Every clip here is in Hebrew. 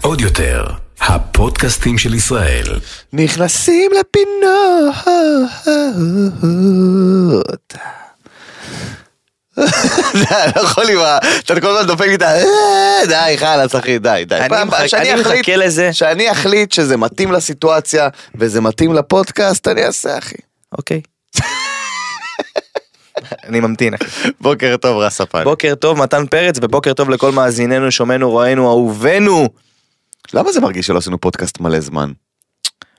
עוד יותר, הפודקאסטים של ישראל. נכנסים לפינות. די, לא יכול לי, מה, אתה כל הזמן דופק לי את ה... "אה, די, חלאס אחי, די, די. אני פעם- מחכה- שאני אני אחליט- מחכה לזה. שאני אחליט שזה מתאים לסיטואציה וזה מתאים לפודקאסט, אני אעשה אחי. אוקיי. אני ממתין. אחי. בוקר טוב רס הפן. בוקר טוב מתן פרץ ובוקר טוב לכל מאזיננו, שומענו, רואינו, אהובינו. למה זה מרגיש שלא עשינו פודקאסט מלא זמן?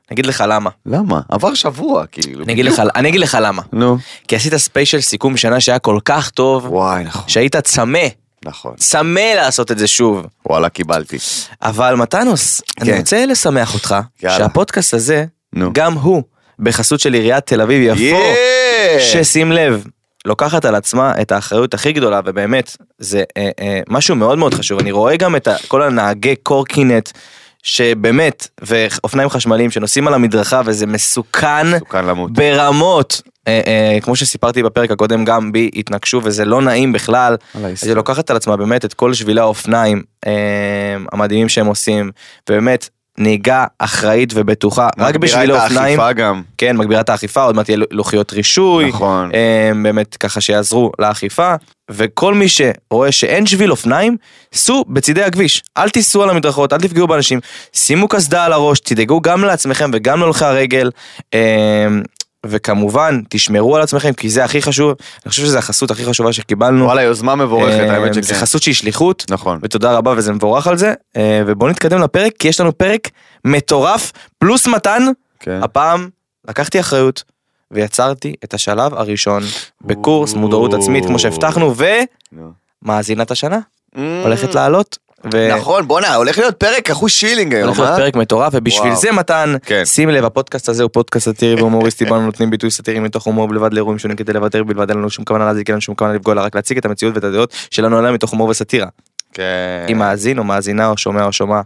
אני אגיד לך למה. למה? עבר שבוע כאילו. אני אגיד לך- אני אגיד לך למה. נו. כי עשית ספיישל סיכום שנה שהיה כל כך טוב, וואי נכון. שהיית צמא, נכון. צמא לעשות את זה שוב. וואלה קיבלתי. אבל מתנוס, כן. אני רוצה לשמח אותך, יאללה. שהפודקאסט הזה, נו. גם הוא, בחסות של עיריית תל אביב יפו, יאה! ששים לב, לוקחת על עצמה את האחריות הכי גדולה, ובאמת, זה אה, אה, משהו מאוד מאוד חשוב. אני רואה גם את ה- כל הנהגי קורקינט, שבאמת, ואופניים חשמליים שנוסעים על המדרכה, וזה מסוכן מסוכן למות. ברמות. אה, אה, כמו שסיפרתי בפרק הקודם, גם בי התנגשו, וזה לא נעים בכלל. וואלה, אז היא לוקחת על עצמה באמת את כל שבילי האופניים אה, המדהימים שהם עושים, ובאמת, נהיגה אחראית ובטוחה, רק בשביל האופניים. האכיפה גם. כן, מגבירה את האכיפה, עוד מעט יהיה לוחיות רישוי, נכון. אה, באמת ככה שיעזרו לאכיפה, וכל מי שרואה שאין שביל אופניים, סעו בצידי הכביש, אל תיסעו על המדרכות, אל תפגעו באנשים, שימו קסדה על הראש, תדאגו גם לעצמכם וגם להולכי הרגל, אה, וכמובן, תשמרו על עצמכם, כי זה הכי חשוב, אני חושב שזו החסות הכי חשובה שקיבלנו. וואלה יוזמה מבורכת אה, האמת זה אה, שכן. חסות שהיא שליחות, נכון. ותודה רבה וזה מבורך על זה, אה, ובואו נתקדם לפרק, כי יש לנו פרק מטורף, פלוס מתן, כן. הפעם לקחתי אחריות ויצרתי את השלב הראשון בקורס מודעות עצמית כמו שהבטחנו נו. Mm, ומאזינת השנה הולכת לעלות. ו- נכון בואנה הולך להיות פרק אחוז שילינג היום. הולך להיות אה? פרק מטורף ובשביל וואו. זה מתן כן. שים לב הפודקאסט הזה הוא פודקאסט סאטירי והומוריסטי בנו נותנים ביטוי סאטירי מתוך הומור בלבד לאירועים שונים כדי לוותר בלבד אין לנו שום כוונה להזיק אין לנו שום כוונה לפגוע אלא רק להציג את המציאות ואת הדעות שלנו עליה מתוך הומור וסאטירה. כן. אם מאזין או מאזינה או שומע או שומעת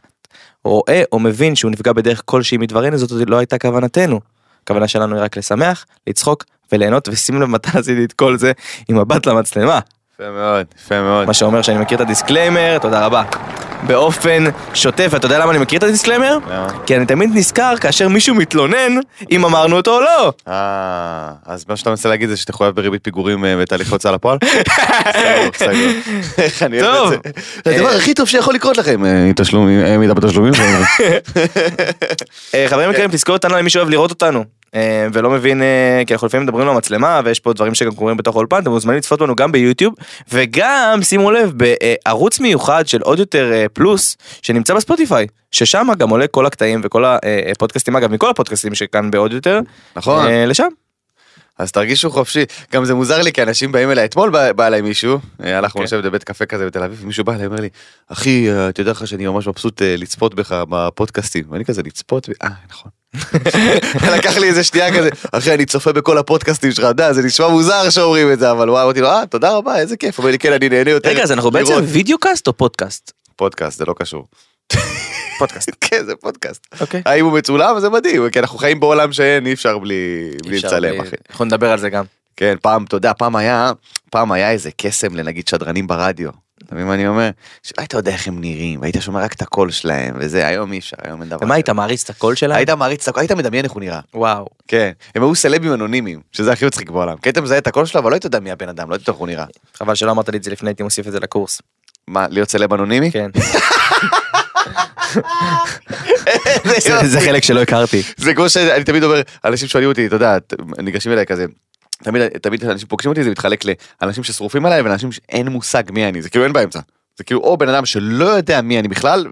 רואה או מבין שהוא נפגע בדרך כלשהי מדברנו זאת לא הייתה כוונתנו. הכוונה שלנו היא רק לשמח, לצחוק וליהנות ושים לב מתי עשיתי את כל זה עם מבט למצלמה. יפה מאוד יפה מאוד. מה שאומר שאני מכיר את הדיסקליימר, תודה רבה. באופן שוטף, ואתה יודע למה אני מכיר את הדיסקליימר? למה? כי אני תמיד נזכר כאשר מישהו מתלונן אם אמרנו אותו או לא. אה, אז מה שאתה מנסה להגיד זה שתחויב בריבית פיגורים אה, בתהליך הוצאה לפועל? סגור, סגור. איך אני אוהב טוב. את זה. אה, זה הדבר הכי טוב שיכול לקרות לכם. אה, תשלומים, אה, מידע בתשלומים. אה, חברים כן. יקרים, תזכור אותנו למי שאוהב לראות אותנו. אה, ולא מבין אה, כי אנחנו לפעמים מדברים למצלמה ויש פה דברים שגם קורים בתוך האולפן אתם מוזמנים לצפות בנו גם ביוטיוב וגם שימו לב בערוץ מיוחד של עוד יותר אה, פלוס שנמצא בספוטיפיי ששם גם עולה כל הקטעים וכל הפודקאסטים אגב מכל הפודקאסטים שכאן בעוד יותר נכון. אה, לשם אז תרגישו חופשי. גם זה מוזר לי כי אנשים באים אליי, אתמול בא בא אליי מישהו, אה, הלכנו כן. לשבת בבית קפה כזה בתל אביב, ומישהו בא אליי ואומר לי, אחי, אה, אתה יודע לך שאני ממש מבסוט אה, לצפות בך בפודקאסטים. ואני כזה, לצפות? ב-" אה, נכון. לקח לי איזה שנייה כזה, אחי, אני צופה בכל הפודקאסטים שלך, אתה יודע, זה נשמע מוזר שאומרים את זה, אבל וואי, אמרתי לו, אה, תודה רבה, איזה כיף. הוא אומר לי, כן, אני נהנה יותר. רגע אז אנחנו לראות." בעצם וידאו קאסט או פודקאסט פודקאסט, זה לא קשור. פודקאסט כן, זה פודקאסט. אוקיי. האם הוא מצולם? זה מדהים, כי אנחנו חיים בעולם שאין, אי אפשר בלי בלי אפשר, לצלם, אה, אחי. אנחנו נדבר על זה גם כן, פעם, אתה יודע, פעם היה, פעם היה איזה קסם לנגיד שדרנים ברדיו. אתה מבין מה אני אומר? שלא היית יודע איך הם נראים, והיית שומע רק את הקול שלהם, וזה, היום אי אפשר, היום אין דבר. ומה היית כזה. מעריץ את הקול שלה כן. היית מעריץ את הקול, היית מדמיין איך הוא נראה. וואו כן. הם היו סלבים אנונימיים, שזה הכי מצחיק בעולם. כי היית מזהה את הקול שלו, אבל לא היית יודע מי הבן אדם, לא היית יודע איך הוא נראה. חבל שלא אמרת לי את זה לפני הייתי מוסיף את זה לקורס מה, להיות סלב אנונימי? כן. איזה זה- זה יופי. חלק שלא הכרתי. זה כמו שאני תמיד אומר, אנשים שואלים אותי, אתה יודע, ת- ניגשים אליי כזה. תמיד, תמיד אנשים פוגשים אותי, זה מתחלק לאנשים ששרופים עליי ולאנשים שאין מושג מי אני, זה כאילו אין באמצע. זה כאילו או בן אדם שלא יודע מי אני בכלל,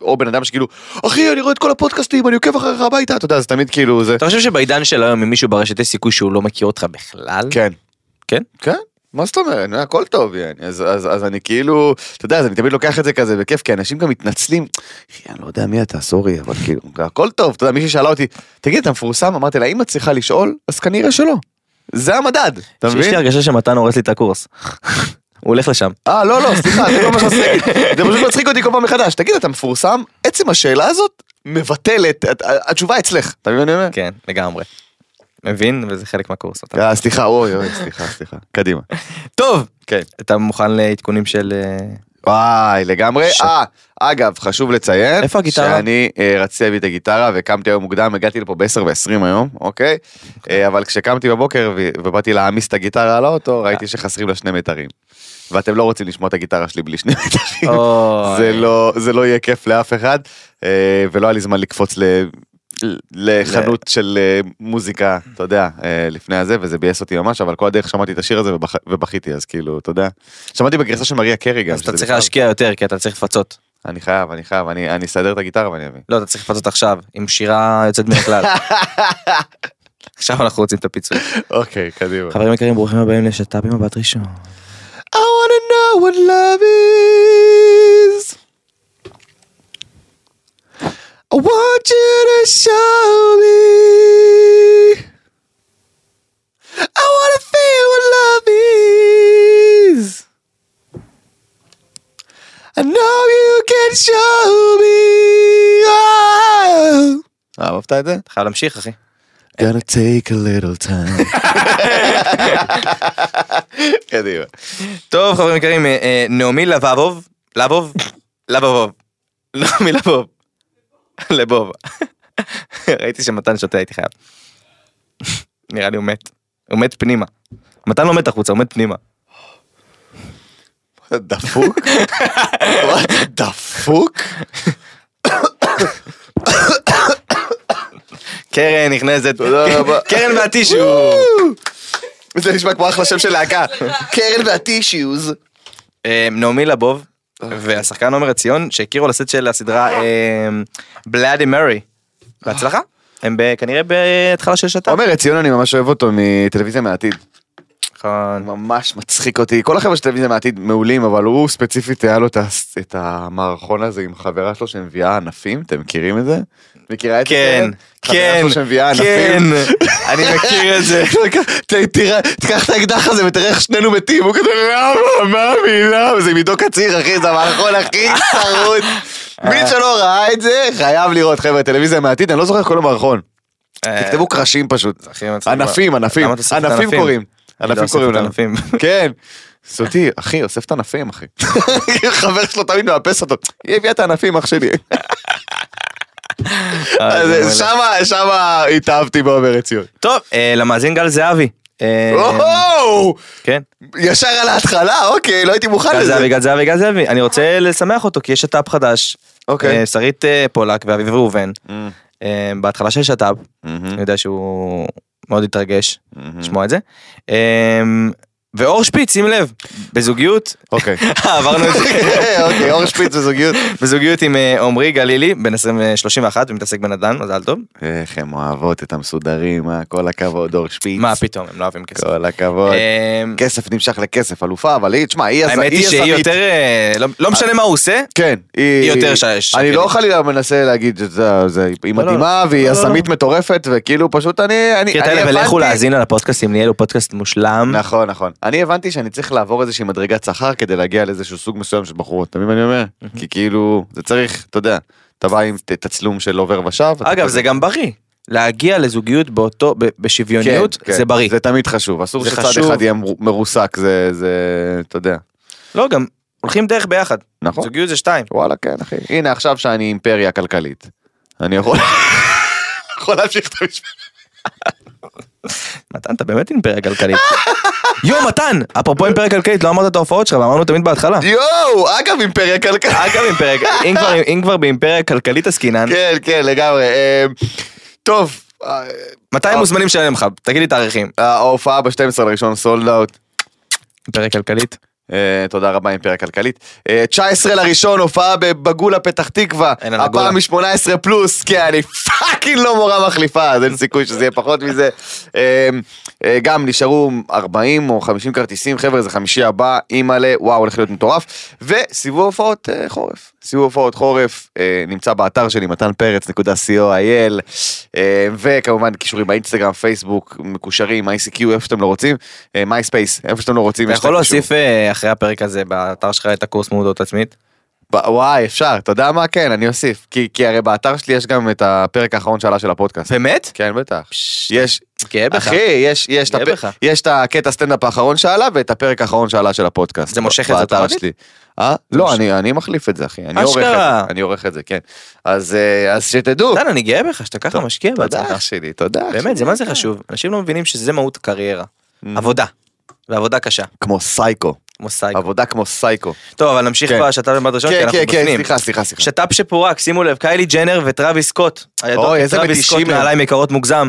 או בן אדם שכאילו, אחי, אני רואה את כל הפודקאסטים, אני עוקב אחריך הביתה, אתה יודע, זה תמיד כאילו זה. אתה חושב שבעידן של היום אם מישהו ברשת יש סיכוי שהוא לא מכיר אותך בכלל? כן. כן? כן. מה זאת אומרת, נו, הכל טוב, יעני. אז, אז, אז אני כאילו, אתה יודע, אז אני תמיד לוקח את זה כזה בכיף, כי אנשים גם מתנצלים, אחי, אני לא יודע מי אתה, סורי, אבל כאילו, הכל טוב, אתה יודע, מישהי שאלה אותי, תגיד, אתה מפורסם? אמרתי לה, אם את צריכה לשאול, אז כנראה שלא. זה המדד, אתה יש לי מבין? הרגשה שמתן הורס לי את הקורס. הוא הולך לשם. אה, לא, לא, סליחה, זה לא מה שאני רוצה להגיד. זה פשוט מצחיק אותי כל פעם מחדש. תגיד, אתה מפורסם? עצם השאלה הזאת מבטלת, את- התשובה אצלך, אתה מבין מה אני אומר? כן, לגמרי. מבין? וזה חלק מהקורס. אתה- אה, סליחה, אוי, אוי, סליחה, סליחה. קדימה. טוב! כן. אתה מוכן לעדכונים של... אה, וואי, לגמרי. ש- אה, אגב, חשוב לציין, איפה הגיטרה? שאני אה, רציתי להביא את הגיטרה וקמתי היום מוקדם, הגעתי לפה ב-10 ו-20 היום, אוקיי? אה, אבל כשקמתי בבוקר ו- ובאתי להעמיס את הגיטרה על האוטו, ראיתי שחסרים לה שני מיתרים. ואתם לא רוצים לשמוע את הגיטרה שלי בלי שני מיתרים. אוי. זה לא, זה לא יהיה כיף לאף אחד, אה, ולא היה לי זמן לקפוץ ל... לחנות של אה, מוזיקה, אתה יודע, אה, לפני הזה, וזה ביאס אותי ממש, אבל כל הדרך שמעתי את השיר הזה ובח- ובכיתי, אז כאילו, אתה יודע. שמעתי בגרסה של מריה קרי גם. אז אתה שזה צריך בכלל- להשקיע יותר, כי אתה צריך לפצות. אני חייב, אני חייב, אני אני אסדר את הגיטרה ואני אביא. לא, אתה צריך לפצות עכשיו, עם שירה יוצאת מן הכלל. עכשיו אנחנו רוצים את הפיצוי. אוקיי, קדימה. חברים יקרים, ברוכים הבאים לשת"פ עם הבת ראשון. I wanna know what love is. I want you to show me. I wanna feel what love is. I know you can show me. Oh. אה, אהבת את זה? אתה חייב להמשיך, אחי. gonna take a little time. קדימה. טוב, חברים יקרים, אה, אה, נעמי לבבוב, לבוב, לבבוב, נעמי לבוב, לבוב. ראיתי שמתן שותה, הייתי חייב. נראה לי הוא מת, הוא מת פנימה. מתן לא מת החוצה, הוא מת פנימה. דפוק? וואט, דפוק? קרן נכנסת, תודה רבה. קרן והטישו. זה נשמע כמו אחלה שם של להקה. קרן והטישיוז. אה, נעמי לבוב, והשחקן עומר עציון, שהכירו לסט של הסדרה בלאדי מרי. בהצלחה, הם ב- כנראה בהתחלה של שת"פ. עומר עציון אני ממש אוהב אותו מטלוויזיה מהעתיד. נכון. ממש מצחיק אותי. כל החבר'ה של טלוויזיה מהעתיד מעולים, אבל הוא ספציפית היה לו את ה- את המערכון הזה עם חברה שלו שמביאה ענפים, אתם מכירים את זה? מכירה את זה? כן, קרן? חברה כן, שלו שמביאה כן, ענפים. אני מכיר את זה. ת- תראה, תיקח את האקדח הזה ותראה איך שנינו מתים, הוא כזה למה, מאמי, למה, זה מעידו קציר אחי, זה המערכון הכי שרוד. מי שלא ראה את זה, חייב לראות חבר'ה, טלוויזיה מהעתיד, אני לא זוכר איך קוראים למערכון. תכתבו קרשים פשוט. אה, הכי מצחיק. ענפים, ענפים, למה אתה אוסף את ענפים הענפים? קוראים. אני לא ענפים אוסף קוראים את לנו. הענפים. כן. סודי, אחי, אוסף את הענפים, אחי. חבר שלו תמיד מאפס אותו. היא הביאה את הענפים, אח שלי. אה, אז זה מעולה. שמה, שמה התאהבתי בעומר עציון. טוב, אה, למאזין גל זהבי. אה, וואו! כן, ישר על ההתחלה, אוקיי, לא הייתי מוכן גל לזה. זהבי, גל זהבי, גל זהבי. אני רוצה לשמח אותו כי יש שת"פ חדש. אוקיי. אה, שרית אה, פולק ואביב ראובן. Mm. אה, בהתחלה של שת"פ, מהמם. אני יודע שהוא מאוד התרגש מהמם. לשמוע את זה. אה, ואור שפיץ, שים לב, בזוגיות, אוקיי. עברנו את זה. אוקיי, אור שפיץ וזוגיות. בזוגיות עם אה, עמרי גלילי, בן 20, 31, ומתעסק בנדל"ן, מזל טוב. איך הם אוהבות את המסודרים, אה? כל הכבוד, אור שפיץ. מה פתאום, הם לא אוהבים כסף. כל הכבוד. אמ, כסף נמשך לכסף, אלופה, אבל היא, תשמע, היא האמת היא שהיא יותר, אה, לא- לא משנה מה הוא עושה, כן, היא יותר ש- אני לא שקרית. חלילה מנסה להגיד את זה, זה- היא לא, מדהימה לא, והיא לא, לא. יזמית מטורפת, וכאילו פשוט אני, אני, קטע אני האלה, ולכו הבנתי- להאזין על הפודקאסטים, נהיה לו פודקאסט מושלם. נכון, נכון. אני הבנתי שאני צריך לעבור איזושהי מדרגת שכר כדי להגיע לאיזשהו סוג מסוים של בחורות, אתה מבין מה אני אומר? כי כאילו, זה צריך, אתה יודע, אתה בא עם ת- תצלום של עובר ושב. אתה אגב, כזה- זה גם בריא. להגיע לזוגיות באותו, ב- בשוויוניות, כן, כן. זה בריא. זה תמיד חשוב, אסור זה שצד חשוב. אחד יהיה מר- מרוסק, זה, זה, אתה יודע. לא, גם הולכים דרך ביחד. נכון. זוגיות זה שתיים. וואלה, כן, אחי. הנה, עכשיו שאני אימפריה כלכלית. אני יכול... יכול להמשיך את המשפט. מתן, אתה באמת אימפריה כלכלית. יו, מתן! אפרופו אימפריה כלכלית, לא אמרת את ההופעות שלך, ואמרנו תמיד בהתחלה. יואו, אגב, אימפריה כלכלית. אגב, אימפריה, אם כבר- אם כבר באימפריה כלכלית עסקינן, כן, כן, לגמרי. אה, טוב, אה, מתי הם מוזמנים שלהם לך? תגיד לי תאריכים. ההופעה ב-12 לראשון סולד אאוט. אימפריה כלכלית. אה, תודה רבה אימפריה כלכלית. אה, 19 לראשון הופעה בבגולה פתח תקווה. אין על הגולה. הפעם מ-18 פלוס, כי אני פאקינג לא מורה מחליפה, אז אין סיכוי שזה יהיה פחות מזה. אה, אה, גם נשארו 40 או 50 כרטיסים, חבר'ה, זה חמישי הבא, אימא'לה, וואו, הולך להיות מטורף. וסיבוב הופעות אה, חורף. סיבוב הופעות חורף אה, נמצא באתר שלי, מתן פרץ.co.il, אה, וכמובן קישורים באינסטגרם, פייסבוק, מקושרים, ICQ, איפה שאתם לא רוצים, מייספייס, איפה שאתם לא רוצים. אתה יש את יכול הקישור. להוסיף אה, אחרי הפרק הזה באתר שלך את הקורס מודעות עצמית? ב- וואי, אפשר, אתה יודע מה? כן, אני אוסיף. כי כי הרי באתר שלי יש גם את הפרק האחרון שעלה של הפודקאסט. באמת? כן, בטח. יש, גאה בך. אחי, יש, יש, את גאה הפ- בך. יש את הקטע סטנדאפ האחרון שעלה ואת הפרק האחרון שעלה של הפודקאסט. זה מושך את זה באתר אוטומטית? שלי. אה? מושך. לא, אני, אני מחליף את זה, אחי. אני עורך את אשכרה. זה, אני עורך את זה, כן. אז, אה, אז שתדעו. דן, אני גאה בך שאתה ככה משקיע תודה אח בעצמך. שלי, תודה. אח באמת, שלי. זה מה זה חשוב. אנשים לא מבינים שזה מהות הקריירה. Mm. עבודה. ועבודה קשה. כמו סייקו. כמו סייקו. עבודה כמו סייקו. טוב, אבל נמשיך כן. בשת"פ במד ראשון, כי כן, אנחנו כן, כן, בפנים. סליחה, סליחה, סליחה. שת"פ שפורק, שימו לב, קיילי ג'נר וטראביס סקוט. הידוע אוי, כטראביס איזה סקוט מתישים הם. נעליים יקרות מוגזם.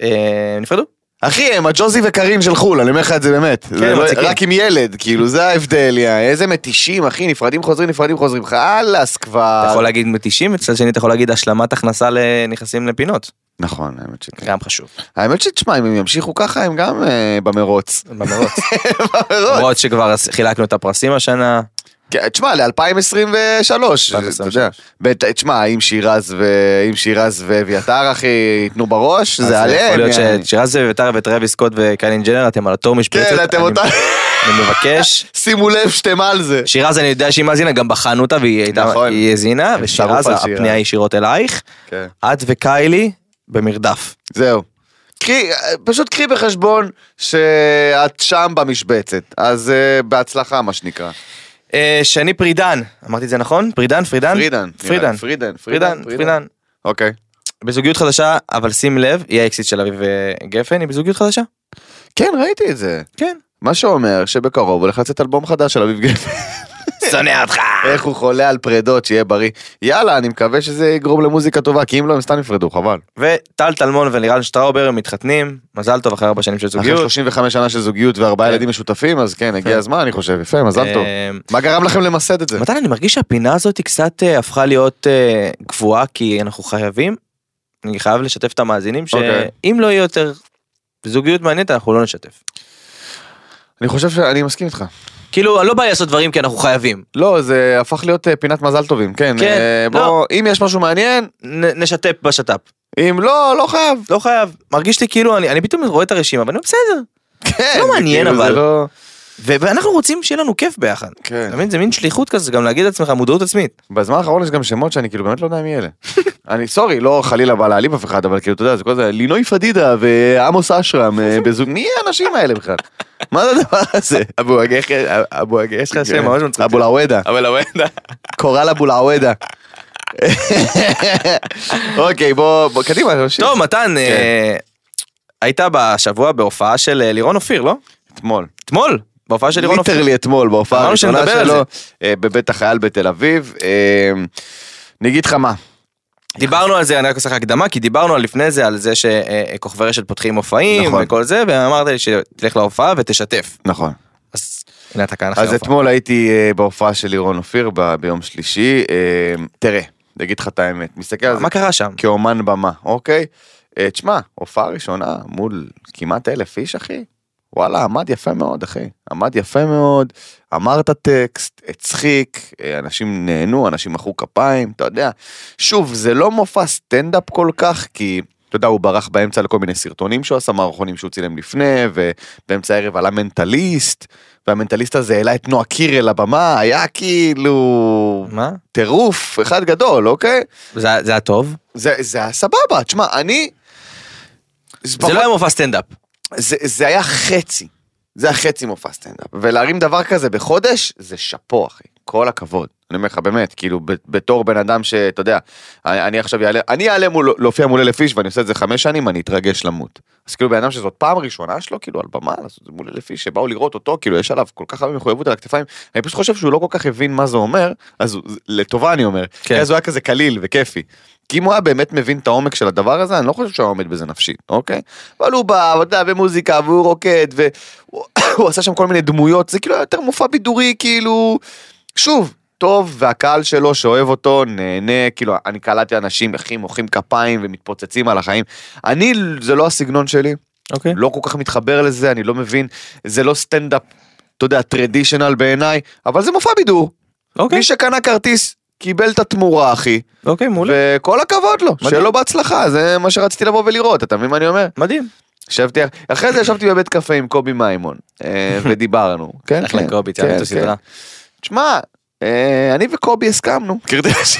אה, נפרדו. אחי, הם הג'וזי וקארין של חו"ל, אני אומר לך את זה באמת. כן, זה לא- מציקים. רק עם ילד, כאילו, זה ההבדל, יא. איזה מתישים, אחי, נפרדים חוזרים, נפרדים חוזרים. חלאס כבר. אתה יכול להגיד 90, מצד שני אתה יכול להגיד השלמת הכנסה לנכסים לפינות. נכון, האמת שכן. גם חשוב. האמת שתשמע, אם הם ימשיכו ככה, הם גם אה, במרוץ. במרוץ. במרוץ. למרות שכבר חילקנו את הפרסים השנה. כן, תשמע, ל-2023, אתה יודע. ואת- תשמע, אם שירז ו- אם שירז ואביתר, אחי, ייתנו בראש, אז זה עליהם. יכול להיות יעני. ששירז וטרה וטרוויס סקוט וקיילין ג'נר אתם על אותו משבצת. כן, אתם אני- אותה... אני מבקש. שימו לב שאתם על זה. שירז אני יודע שהיא מאזינה, גם בחנו אותה והיא הייתה, נכון. היא האזינה, אני ושירז, שרוף על שירז. הפנייה ישירות אלייך. כן. את וקיילי במרדף. זהו. קחי, פשוט קחי בחשבון שאת שם במשבצת, אז אה, בהצלחה מה שנקרא. אה, שני פרידן, אמרתי את זה נכון? פרידן, פרידן? פרידן. נראה פרידן. לי. פרידן. פרידן, פרידן. אוקיי. בזוגיות חדשה, אבל שים לב, היא האקסיט של אביב אה, גפן, היא בזוגיות חדשה? כן, ראיתי את זה. כן. מה שאומר שבקרוב הולך לצאת אלבום חדש של אביב גפן. שונא אותך! איך הוא חולה על פרדות, שיהיה בריא. יאללה, אני מקווה שזה יגרום למוזיקה טובה, כי אם לא, הם סתם יפרדו, חבל. וטל טלמון ולירן שטראובר הם מתחתנים, מזל טוב אחרי ארבע שנים של אחרי זוגיות. 35 שנה של זוגיות וארבעה כן. ילדים משותפים, אז כן, הגיע כן. הזמן, אני חושב. יפה, מזל טוב. אה, מה גרם לכם למסד את זה? מתן, אני מרגיש שהפינה הזאת היא קצת אה, הפכה להיות אה, קבועה, כי אנחנו חייבים, אני חייב לשתף את המאזינים, אוקיי. שאם לא יהיה יותר זוגיות מעניינת, אנחנו לא נשתף. אני חושב שאני מסכים איתך. כאילו, לא בא לי לעשות דברים כי אנחנו חייבים. לא, זה הפך להיות אה, פינת מזל טובים, כן. כן, אה, לא. בוא, אם יש משהו מעניין, נ- נשתף בשת"פ. אם לא, לא חייב. לא חייב. מרגיש לי כאילו, אני אני פתאום רואה את הרשימה, ואני אומר, בסדר. כן. לא זה מעניין, כאילו, זה אבל. לא- ו- ואנחנו רוצים שיהיה לנו כיף ביחד. כן. אתה מבין? זה מין שליחות כזה, גם להגיד לעצמך מודעות עצמית. בזמן האחרון יש גם שמות שאני כאילו באמת לא יודע מי אלה. אני סורי, לא חלילה בא להעליב אף אחד, אבל כאילו, אתה יודע, זה כל זה לינוי פדידה ועמוס אשרם אה, בזוג, מי האנשים האלה בכלל? מה זה הדבר הזה? אבו אגח, אבו אגח, יש לך שם ממש מצחיק. אבו לאוודה, אבל הוונדה. קורל אבו לאוודה. אוקיי, בוא, בוא, קדימה, נמשיך. טוב, מתן, אה, היית בשבוע בהופעה של אה, לירון אופיר, לא? אתמול. אתמול, בהופעה של לירון אופיר. ליטרלי אתמול בהופעה אמרנו הראשונה שנדבר על שלו אה, בבית החייל בתל אביב. אה, אני אגיד לך מה, דיברנו על זה, אני רק עושה לך הקדמה, כי דיברנו על לפני זה, על זה שכוכבי רשת פותחים מופעים נכון. וכל זה, ואמרת לי שתלך להופעה ותשתף. נכון. אז הנה אתה כאן אחרי אז ההופעה. אתמול הייתי אה, בהופעה של לירון אופיר ב- ביום שלישי. אה, תראה, אני אגיד לך את האמת, מסתכל על זה מה קרה שם? כאומן במה, אוקיי? אה, תשמע, הופעה ראשונה מול כמעט אלף איש, אחי. וואלה, עמד יפה מאוד, אחי. עמד יפה מאוד, אמר את הטקסט, הצחיק, אה, אנשים נהנו, אנשים מחאו כפיים, אתה יודע. שוב, זה לא מופע סטנדאפ כל כך, כי... אתה יודע, הוא ברח באמצע לכל מיני סרטונים שהוא עשה, מערכונים שהוא צילם לפני, ובאמצע הערב עלה מנטליסט, והמנטליסט הזה העלה את נועה קירל לבמה, היה כאילו מה? טירוף אחד גדול, אוקיי? זה זה היה טוב? זה, זה היה סבבה, תשמע, אני... זה, זה לא היה מופע סטנדאפ. זה, זה היה חצי, זה היה חצי מופע סטנדאפ, ולהרים דבר כזה בחודש, זה שאפו אחי, כל הכבוד. אני אומר לך באמת, כאילו ב- בתור בן אדם שאתה יודע, אני, אני עכשיו יעלה, אני אעלה מול, להופיע מול אלף איש ואני עושה את זה חמש שנים, אני אתרגש למות. אז כאילו בן אדם שזאת פעם ראשונה שלו, כאילו על במה, לעשות את זה מול אלף איש, שבאו לראות אותו, כאילו יש עליו כל כך הרבה מחויבות על הכתפיים, אני פשוט חושב שהוא לא כל כך הבין מה זה אומר, אז הוא- זה- לטובה אני אומר, כן. כן. אז הוא היה כזה קליל וכיפי. כי אם הוא היה באמת מבין את העומק של הדבר הזה, אני לא חושב שהוא היה עומד בזה נפשית, אוקיי? אבל הוא בא, אתה יודע, במוזיקה, והוא רוקד, והוא עשה שם כל מיני דמויות, זה כאילו היה יותר מופע בידורי, כאילו... שוב, טוב, והקהל שלו שאוהב אותו, נהנה, כאילו, אני קלטתי אנשים, אחי, מוחאים כפיים ומתפוצצים על החיים. אני, זה לא הסגנון שלי, אוקיי. לא כל כך מתחבר לזה, אני לא מבין, זה לא סטנדאפ, אתה יודע, טרדישנל בעיניי, אבל זה מופע בידור. אוקיי, מי שקנה כרטיס, קיבל את התמורה, אחי. אוקיי, מעולה. וכל הכבוד לו, מדהים. שיהיה לו בהצלחה, זה מה שרציתי לבוא ולראות, אתה מבין מה אני אומר? מדהים. כן, ישבתי, אחרי זה ישבתי בבית קפה עם קובי מימון, אה, ודיברנו. כן, אחלה כן, קובי, כן, תעלו את כן. הסדרה. תשמע, אה, אני וקובי הסכמנו. כאילו, אתה יודע ש-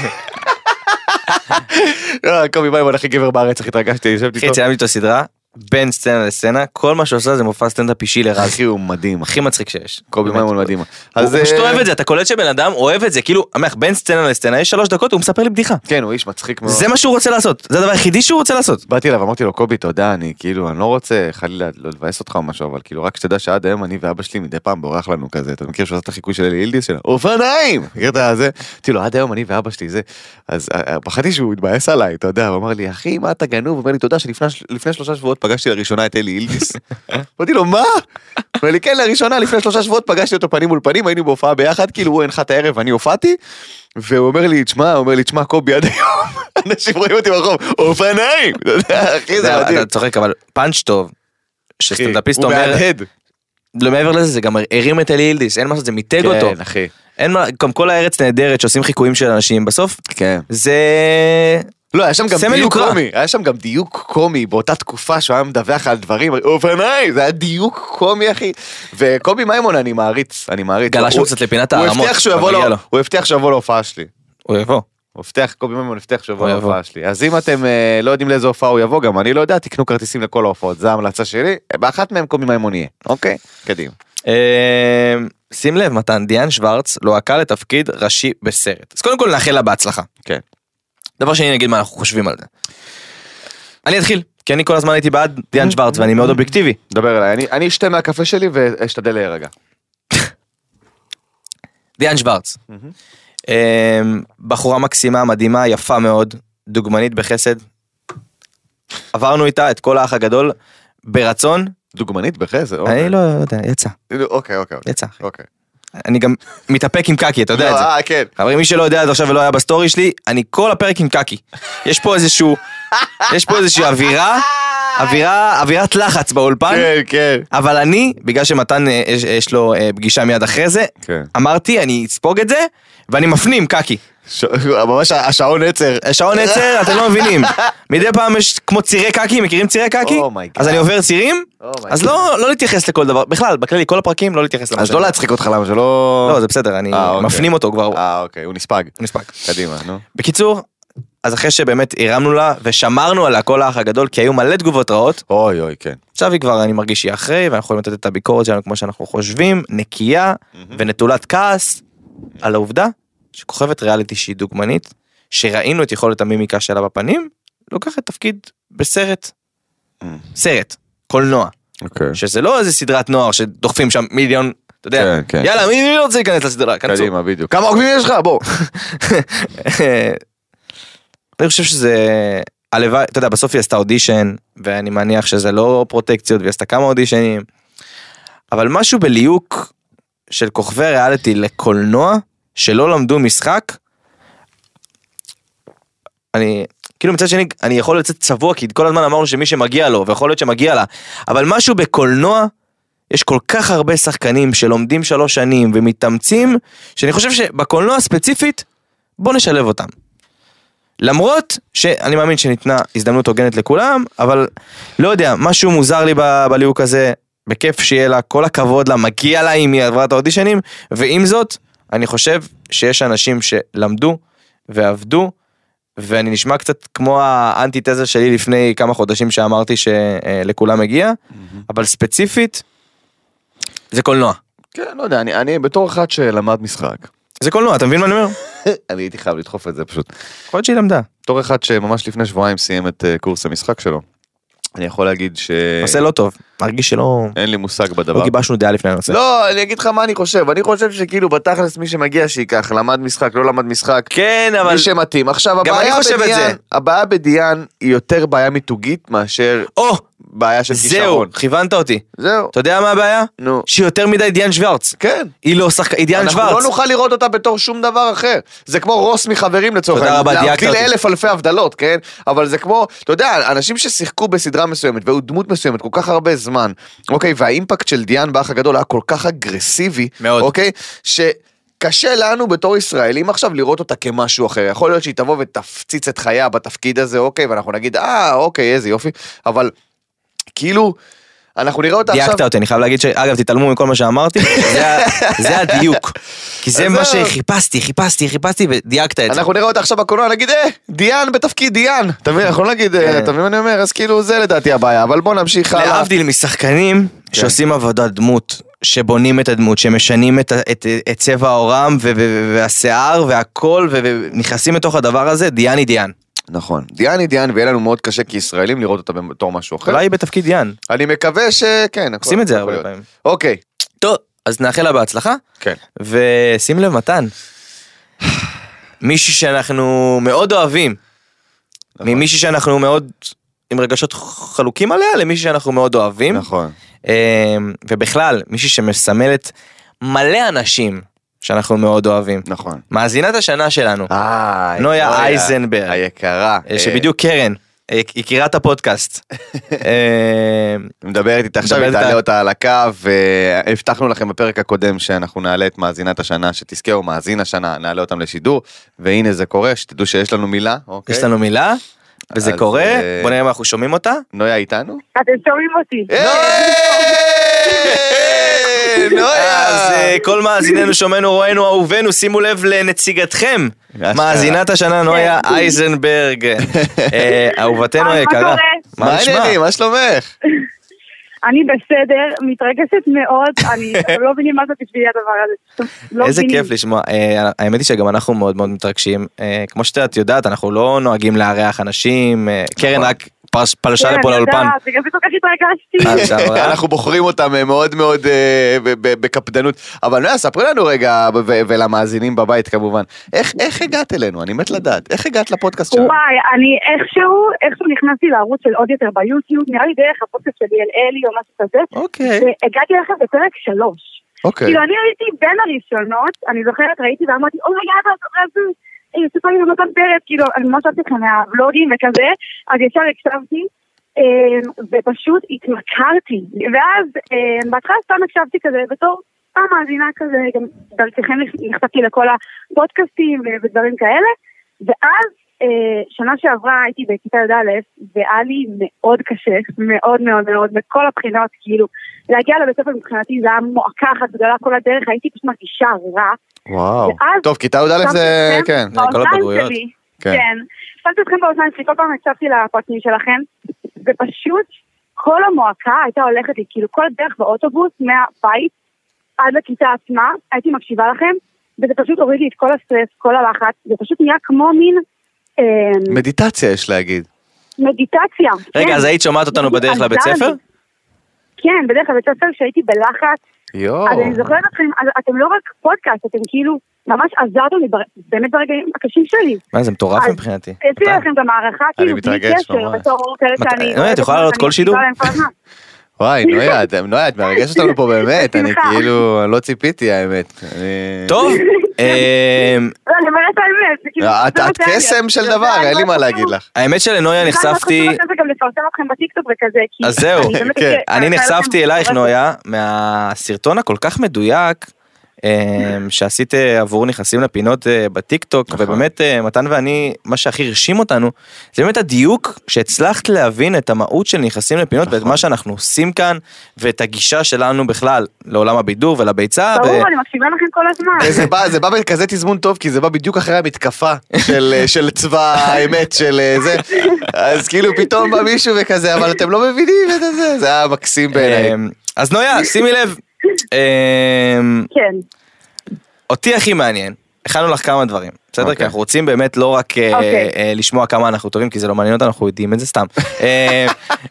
לא, קובי מימון הכי גבר בארץ, איך התרגשתי, ישבתי אחי, איתו. צילמתי איתו סדרה, בין סצנה לסצנה, כל מה שעושה זה מופע סטנדאפ אישי לרז. אחי הוא מדהים, אחי. הכי מצחיק שיש. קובי באמת. מימון מדהים. הוא הוא פשוט אה, אוהב את זה, אתה קולט שבן אדם אוהב את זה, כאילו, אני אומר לך, בין סצנה לסצנה יש שלוש דקות, הוא מספר לי בדיחה. כן, הוא איש מצחיק מאוד. זה מה שהוא רוצה לעשות, זה הדבר היחידי שהוא רוצה לעשות. באתי אליו, אמרתי לו, קובי, תודה, אני כאילו, אני לא רוצה חלילה לא לבאס אותך או משהו, אבל כאילו, רק שתדע שעד היום אני ואבא שלי מדי פעם בורח לנו כזה, אתה מכיר שהוא עשה את החיקוי של אלי הילדיס שלו, אופניים! מכיר את הזה? אמרתי לו, עד היום אני ואבא שלי זה. אז אה, אה, פחדתי שהוא יתבאס עליי, אתה יודע, הוא אמר לי, אחי, מה אתה גנוב? הוא אומר לי, תודה שלפני לפני שלושה שבועות פגשתי לראשונה את אלי הילדיס. אמרתי לו, מה? הוא אומר לי, כן, לראשונה, לפני שלושה שבועות פגשתי אותו פנים מול פנים, היינו בהופעה ביחד, כאילו, הוא הנחה את הערב, אני הופעתי, והוא אומר לי, תשמע, הוא אומר לי, תשמע, קובי, עד היום, אנשים רואים אותי ברחוב, אופניים! אתה יודע, אחי, זה אתה- מדהים. אתה צוחק, אבל פאנץ' טוב, אחי, שסטנדאפיסט הוא אומר, מהדהד. לא מעבר לזה, זה גם הרים את אלי הילדיס, אין מה לעשות, זה מיתג אותו. כן, אחי. אין מה, גם כל הארץ נהדרת שעושים חיקויים של אנשים, בסוף כן. זה... לא, היה שם גם סמל דיוק יוקרה. קומי, היה שם גם דיוק קומי באותה תקופה שהוא היה מדווח על דברים, אופניים, זה היה דיוק קומי אחי. וקובי מימון אני מעריץ, אני מעריץ. גלשנו הוא- קצת לפינת הוא הערמות, הבטיח שהוא אבל יבוא מגיע לו- לו. הוא הבטיח שהוא יבוא להופעה שלי. הוא יבוא. הוא הבטיח, קובי מימון הבטיח שהוא יבוא הוא יבוא. להופעה שלי. אז אם אתם אה, לא יודעים לאיזה הופעה הוא יבוא, גם אני לא יודע, תקנו כרטיסים לכל ההופעות, זו ההמלצה שלי, באחת מהם קובי מימון יהיה, אוקיי? קדימה. אה, שים לב מתן, דיאן שוורץ לוהקה לתפקיד ראשי בסרט. אז קודם כל נאחל לה בהצלחה. כן. דבר שני נגיד מה אנחנו חושבים על זה. אני אתחיל, כי אני כל הזמן הייתי בעד דיאן שוורץ ואני מאוד אובייקטיבי. דבר אליי, אני- אני אשתה מהקפה שלי ואשתדל להירגע. דיאן שוורץ. אה, בחורה מקסימה, מדהימה, יפה מאוד, דוגמנית בחסד. עברנו איתה את כל האח הגדול ברצון, דוגמנית בחסר, אוקיי. אני לא יודע, יצא, אוקיי, אוקיי, אוקיי. יצא. אחי. אוקיי. אני גם מתאפק עם קקי, אתה יודע לא, את זה. אה, כן. חברים, מי שלא יודע עד עכשיו ולא היה בסטורי שלי, אני כל הפרק עם קקי. יש פה איזשהו, יש פה איזושהי אווירה, אווירה, אווירת לחץ באולפן, כן, כן. אבל אני, בגלל שמתן אה, יש, יש לו אה, פגישה מיד אחרי זה, כן. אמרתי, אני אספוג את זה, ואני מפנים, קקי. ש- ממש השעון עצר. שעון עצר, אתם לא מבינים. מדי פעם יש כמו צירי קקי, מכירים צירי קקי? אומייגאד. אז אני עובר צירים, אומייגאד. אז לא לא להתייחס לכל דבר, בכלל, בכללי, כל הפרקים לא להתייחס למה אז שאני- לא להצחיק אותך למה שלא... לא, זה בסדר, אני אה, אוקיי. מפנים אותו כבר, אה, אוקיי, הוא נספג. נספק. קדימה, נו. בקיצור, אז אחרי שבאמת הרמנו לה ושמרנו על הכל האח הגדול כי היו מלא תגובות רעות, אוי אוי, כן. עכשיו היא כבר אני מרגיש שהיא אחרי ואנחנו יכולים לתת את הביקורת שלנו כמו שאנחנו חושבים, נקייה ונטולת כעס על העובדה שכוכבת ריאליטי שהיא דוגמנית, שראינו את יכולת המימיקה שלה בפנים, לוקחת תפקיד בסרט, סרט, קולנוע, אוקיי. שזה לא איזה סדרת נוער שדוחפים שם מיליון, אתה יודע, כן, כן. יאללה מי מי לא רוצה להיכנס לסדרה, כנסו. קדימה, בדיוק. כמה עוקבים יש לך? בוא. אני חושב שזה הלוואי אתה יודע בסוף היא עשתה אודישן ואני מניח שזה לא פרוטקציות והיא עשתה כמה אודישנים. אבל משהו בליהוק של כוכבי ריאליטי לקולנוע שלא למדו משחק. אני כאילו מצד שני אני יכול לצאת צבוע כי כל הזמן אמרנו שמי שמגיע לו ויכול להיות שמגיע לה אבל משהו בקולנוע. יש כל כך הרבה שחקנים שלומדים שלוש שנים ומתאמצים שאני חושב שבקולנוע ספציפית בוא נשלב אותם. למרות שאני מאמין שניתנה הזדמנות הוגנת לכולם, אבל לא יודע, משהו מוזר לי ב- בליהוק הזה, בכיף שיהיה לה, כל הכבוד לה, מגיע לה אם היא עברה את האודישנים, ועם זאת, אני חושב שיש אנשים שלמדו ועבדו, ואני נשמע קצת כמו האנטיתזה שלי לפני כמה חודשים שאמרתי שלכולם מגיע, אבל ספציפית, זה קולנוע. כן, לא יודע, אני- אני בתור אחד שלמד משחק, זה קולנוע, אתה מבין מה אני אומר? אני הייתי חייב לדחוף את זה פשוט. יכול להיות שהיא למדה. בתור אחד שממש לפני שבועיים סיים את אה, קורס המשחק שלו, אני יכול להגיד ש... עושה לא טוב, מרגיש שלא... אין לי מושג לא בדבר. גיבשנו דעה לפני הנושא. לא, אני אגיד לך מה אני חושב, אני חושב שכאילו בתכלס מי שמגיע שייקח, למד משחק, לא למד משחק, כן, אבל... אבל... מי שמתאים. עכשיו, גם הבעיה אני חושב את בדיאן, זה. הבעיה בדיאן היא יותר בעיה מיתוגית מאשר או, בעיה של זהו, כישרון. כיוונת אותי. זהו. אתה יודע מה הבעיה? נו. שהיא יותר מדי דיאן שוורץ. כן. היא לא שחקה, היא דיאן אנחנו לא שוורץ. נוכל לראות אותה בתור שום דבר אחר. זה כמו רוס מחברים לצורך תודה רבה, דייקת להבדיל אותי. אלף אלפי הבדלות, כן? אבל זה כמו, אתה יודע, אנשים ששיחקו בסדרה מסוימת והיו דמות מסוימת כל כך הרבה זמן, אוקיי, והאימפקט של דיאן באח הגדול היה כל כך אגרסיבי, מאוד. אוקיי? ש... קשה לנו בתור ישראלים עכשיו לראות אותה כמשהו אחר. יכול להיות שהיא תבוא ותפציץ את חייה בתפקיד הזה, אוקיי, ואנחנו נגיד, אה, אוקיי, איזה יופי, אבל כאילו, אנחנו נראה אותה עכשיו. דייקת אותי, אני חייב להגיד ש... אגב, תתעלמו מכל מה שאמרתי, זה ה- זה הדיוק. כי זה אז מה זהו. שחיפשתי, חיפשתי, חיפשתי, ודייקת את זה. אנחנו נראה אותה עכשיו בקולנוע, נגיד, אה, דיאן בתפקיד דיאן. אתה מבין, אנחנו לא נגיד, אה, כן. אתה מבין מה אני אומר? אז כאילו זה לדעתי הבעיה, אבל בוא נמשיך הלאה. להבדיל משחקנים כן. שעושים עבודת דמות, שבונים את הדמות, שמשנים את, ה- את, את צבע העורם ו- ו- והשיער והכל, ו- ונכנסים לתוך הדבר הזה, דיאן היא דיאן. נכון. דיאן היא דיאן, ויהיה לנו מאוד קשה כישראלים לראות אותה בתור משהו אחר. אולי היא בתפקיד דיאן, אני מקווה שכן. הכל- עושים את זה יכול הרבה להיות. פעמים. אוקיי. טוב, אז נאחל לה בהצלחה, כן. ושים לב מתן. מישהי שאנחנו מאוד אוהבים, נכון. ממישהי שאנחנו מאוד עם רגשות חלוקים עליה, למישהי שאנחנו מאוד אוהבים. נכון. אמ, ובכלל, מישהי שמסמלת מלא אנשים שאנחנו מאוד אוהבים. נכון. מאזינת השנה שלנו, אה, נויה אייזנברג. היקרה. אה, שבדיוק קרן, אה, יקירת הפודקאסט. אמ, מדברת איתה עכשיו, היא מדברת תעלה איתה. אותה על הקו, והבטחנו לכם בפרק הקודם שאנחנו נעלה את מאזינת השנה שתזכה, או מאזין השנה, נעלה אותם לשידור, והנה זה קורה, שתדעו שיש לנו מילה, אוקיי? יש לנו מילה, וזה אז, קורה, אה, בוא נראה אם אנחנו שומעים אותה. נויה איתנו? אתם שומעים אותי. אה! לא. אה, אז אה, כל מאזיננו, שומענו, רואינו, אהובנו, שימו לב לנציגתכם. אשכרה. מאזינת כן. השנה נויה אייזנברג, אה, אהובתנו היי, מה היקרה. קורה? מה העניינים? מה שלומך? אני בסדר, מתרגשת מאוד, אני אתם לא מבינים מה זה בשבילי הדבר הזה. לא איזה מבינים. כיף לשמוע, אה, האמת היא שגם אנחנו מאוד מאוד מתרגשים, אה, כמו שאת יודעת אנחנו לא נוהגים לארח אנשים, נכון. אה, קרן רק פרש- פלשה כן, לפה אני לאולפן, יודעת, בגלל זה כל כך התרגשתי. אז שעברה. אנחנו בוחרים אותם אה, מאוד מאוד אה, ב- ב- בקפדנות. אבל נויה, ספרי לנו רגע, ו- ו- ולמאזינים בבית כמובן, איך איך הגעת אלינו? אני מת לדעת. איך הגעת לפודקאסט שלנו? וואי, אני איכשהו, איכשהו נכנסתי לערוץ של עוד יותר ביוטיוב, נראה לי דרך הפודקאסט של ליאלאלי או משהו כזה, אוקיי, והגעתי אליכם בפרק שלוש. אוקיי. כאילו, אני הייתי בין הראשונות, אני זוכרת, ראיתי ואמרתי, אוי, יאללה, אתה זוכר את זה? אה, סופר לי במתן פרץ, כאילו, אני ממש אוהבת אתכם מהוולוגים וכזה, אז ישר הקשבתי, אה, ופשוט התמכרתי. ואז, אה, בהתחלה סתם הקשבתי כזה, בתור פעם מאזינה כזה, גם דרככם נחשפתי לכל הפודקאסטים ו- ודברים כאלה, ואז... אה, שנה שעברה הייתי בכיתה י"א, והיה לי מאוד קשה, מאוד מאוד מאוד, מכל הבחינות, כאילו, להגיע לבית ספר מבחינתי זה היה מועקה אחת גדולה כל הדרך, הייתי פשוט מרגישה רע. וואו. ואז- טוב, כיתה י"א זה... שמתי אתכם כן. זה כל באוזניים הבגרויות. שלי, כן. כן. שמתי אתכם באוזניים שלי, כל פעם הקשבתי לפרקים שלכם, ופשוט כל המועקה הייתה הולכת לי, כאילו כל הדרך באוטובוס, מהבית עד לכיתה עצמה, הייתי מקשיבה לכם, וזה פשוט הוריד לי את כל הסטרס, כל הלחץ, זה פשוט נהיה כמו מין אה, מדיטציה יש להגיד. מדיטציה. כן. רגע אז היית שומעת אותנו בדיוק, בדרך אז לבית זה ספר? אני. כן, בדרך כלל בית הספר שהייתי בלחץ, יואו. אז אני זוכרת אתכם, אז אתם לא רק פודקאסט, אתם כאילו ממש עזרתם לי בר- באמת ברגעים הקשים שלי. מה זה מטורף אז מבחינתי. אה. הציעו אה, לכם גם הערכה, כאילו, בלי מתרגש קשר, ממש. בתור כאלה מת- שאני... נויה, את יכולה אני לעלות כל מקשיבה שידור? להם כל הזמן. וואי, נויה, את- נויה, את מרגשת אותנו פה באמת, אני בשמחה. כאילו, לא ציפיתי האמת. אני- טוב, אמ, לא, אני אומרת את האמת, זה כאילו... את זה מה את שהיה לי. קסם של זה לא דבר, היה אין לי מאוד מה חשוב. להגיד לך. האמת שלנויה זה היה מאוד נחשפתי, חשוב כזה גם לפרסם אתכם בטיקטוק וכזה, כי... אז זהו, אני באמת כן. חושבת- אני חושבת נחשפתי לכם- אלייך נויה מהסרטון הכל כך מדויק. אמ, שעשית אה, עבור נכנסים לפינות אה, בטיקטוק נכון. ובאמת אה, מתן ואני מה שהכי הרשים אותנו זה באמת הדיוק שהצלחת להבין את המהות של נכנסים לפינות ואת נכון. מה שאנחנו עושים כאן ואת הגישה שלנו בכלל לעולם הבידור ולביצה. ו- ברור, אני מקשיבה לכם כל הזמן. זה בא, זה בא בכזה תזמון טוב, כי זה בא בדיוק אחרי המתקפה של, אה, של צבא האמת של אה, זה. אז כאילו פתאום בא מישהו וכזה, אבל אתם לא מבינים את זה, זה היה מקסים בעיניי. אמ, אז נויה שימי לב אמ, כן. אותי הכי מעניין, הכנו לך כמה דברים, בסדר? אוקיי. כי אנחנו רוצים באמת לא רק אה, אוקיי. אה, לשמוע כמה אנחנו טובים, כי זה לא מעניין אותנו, אנחנו יודעים את זה סתם. אה,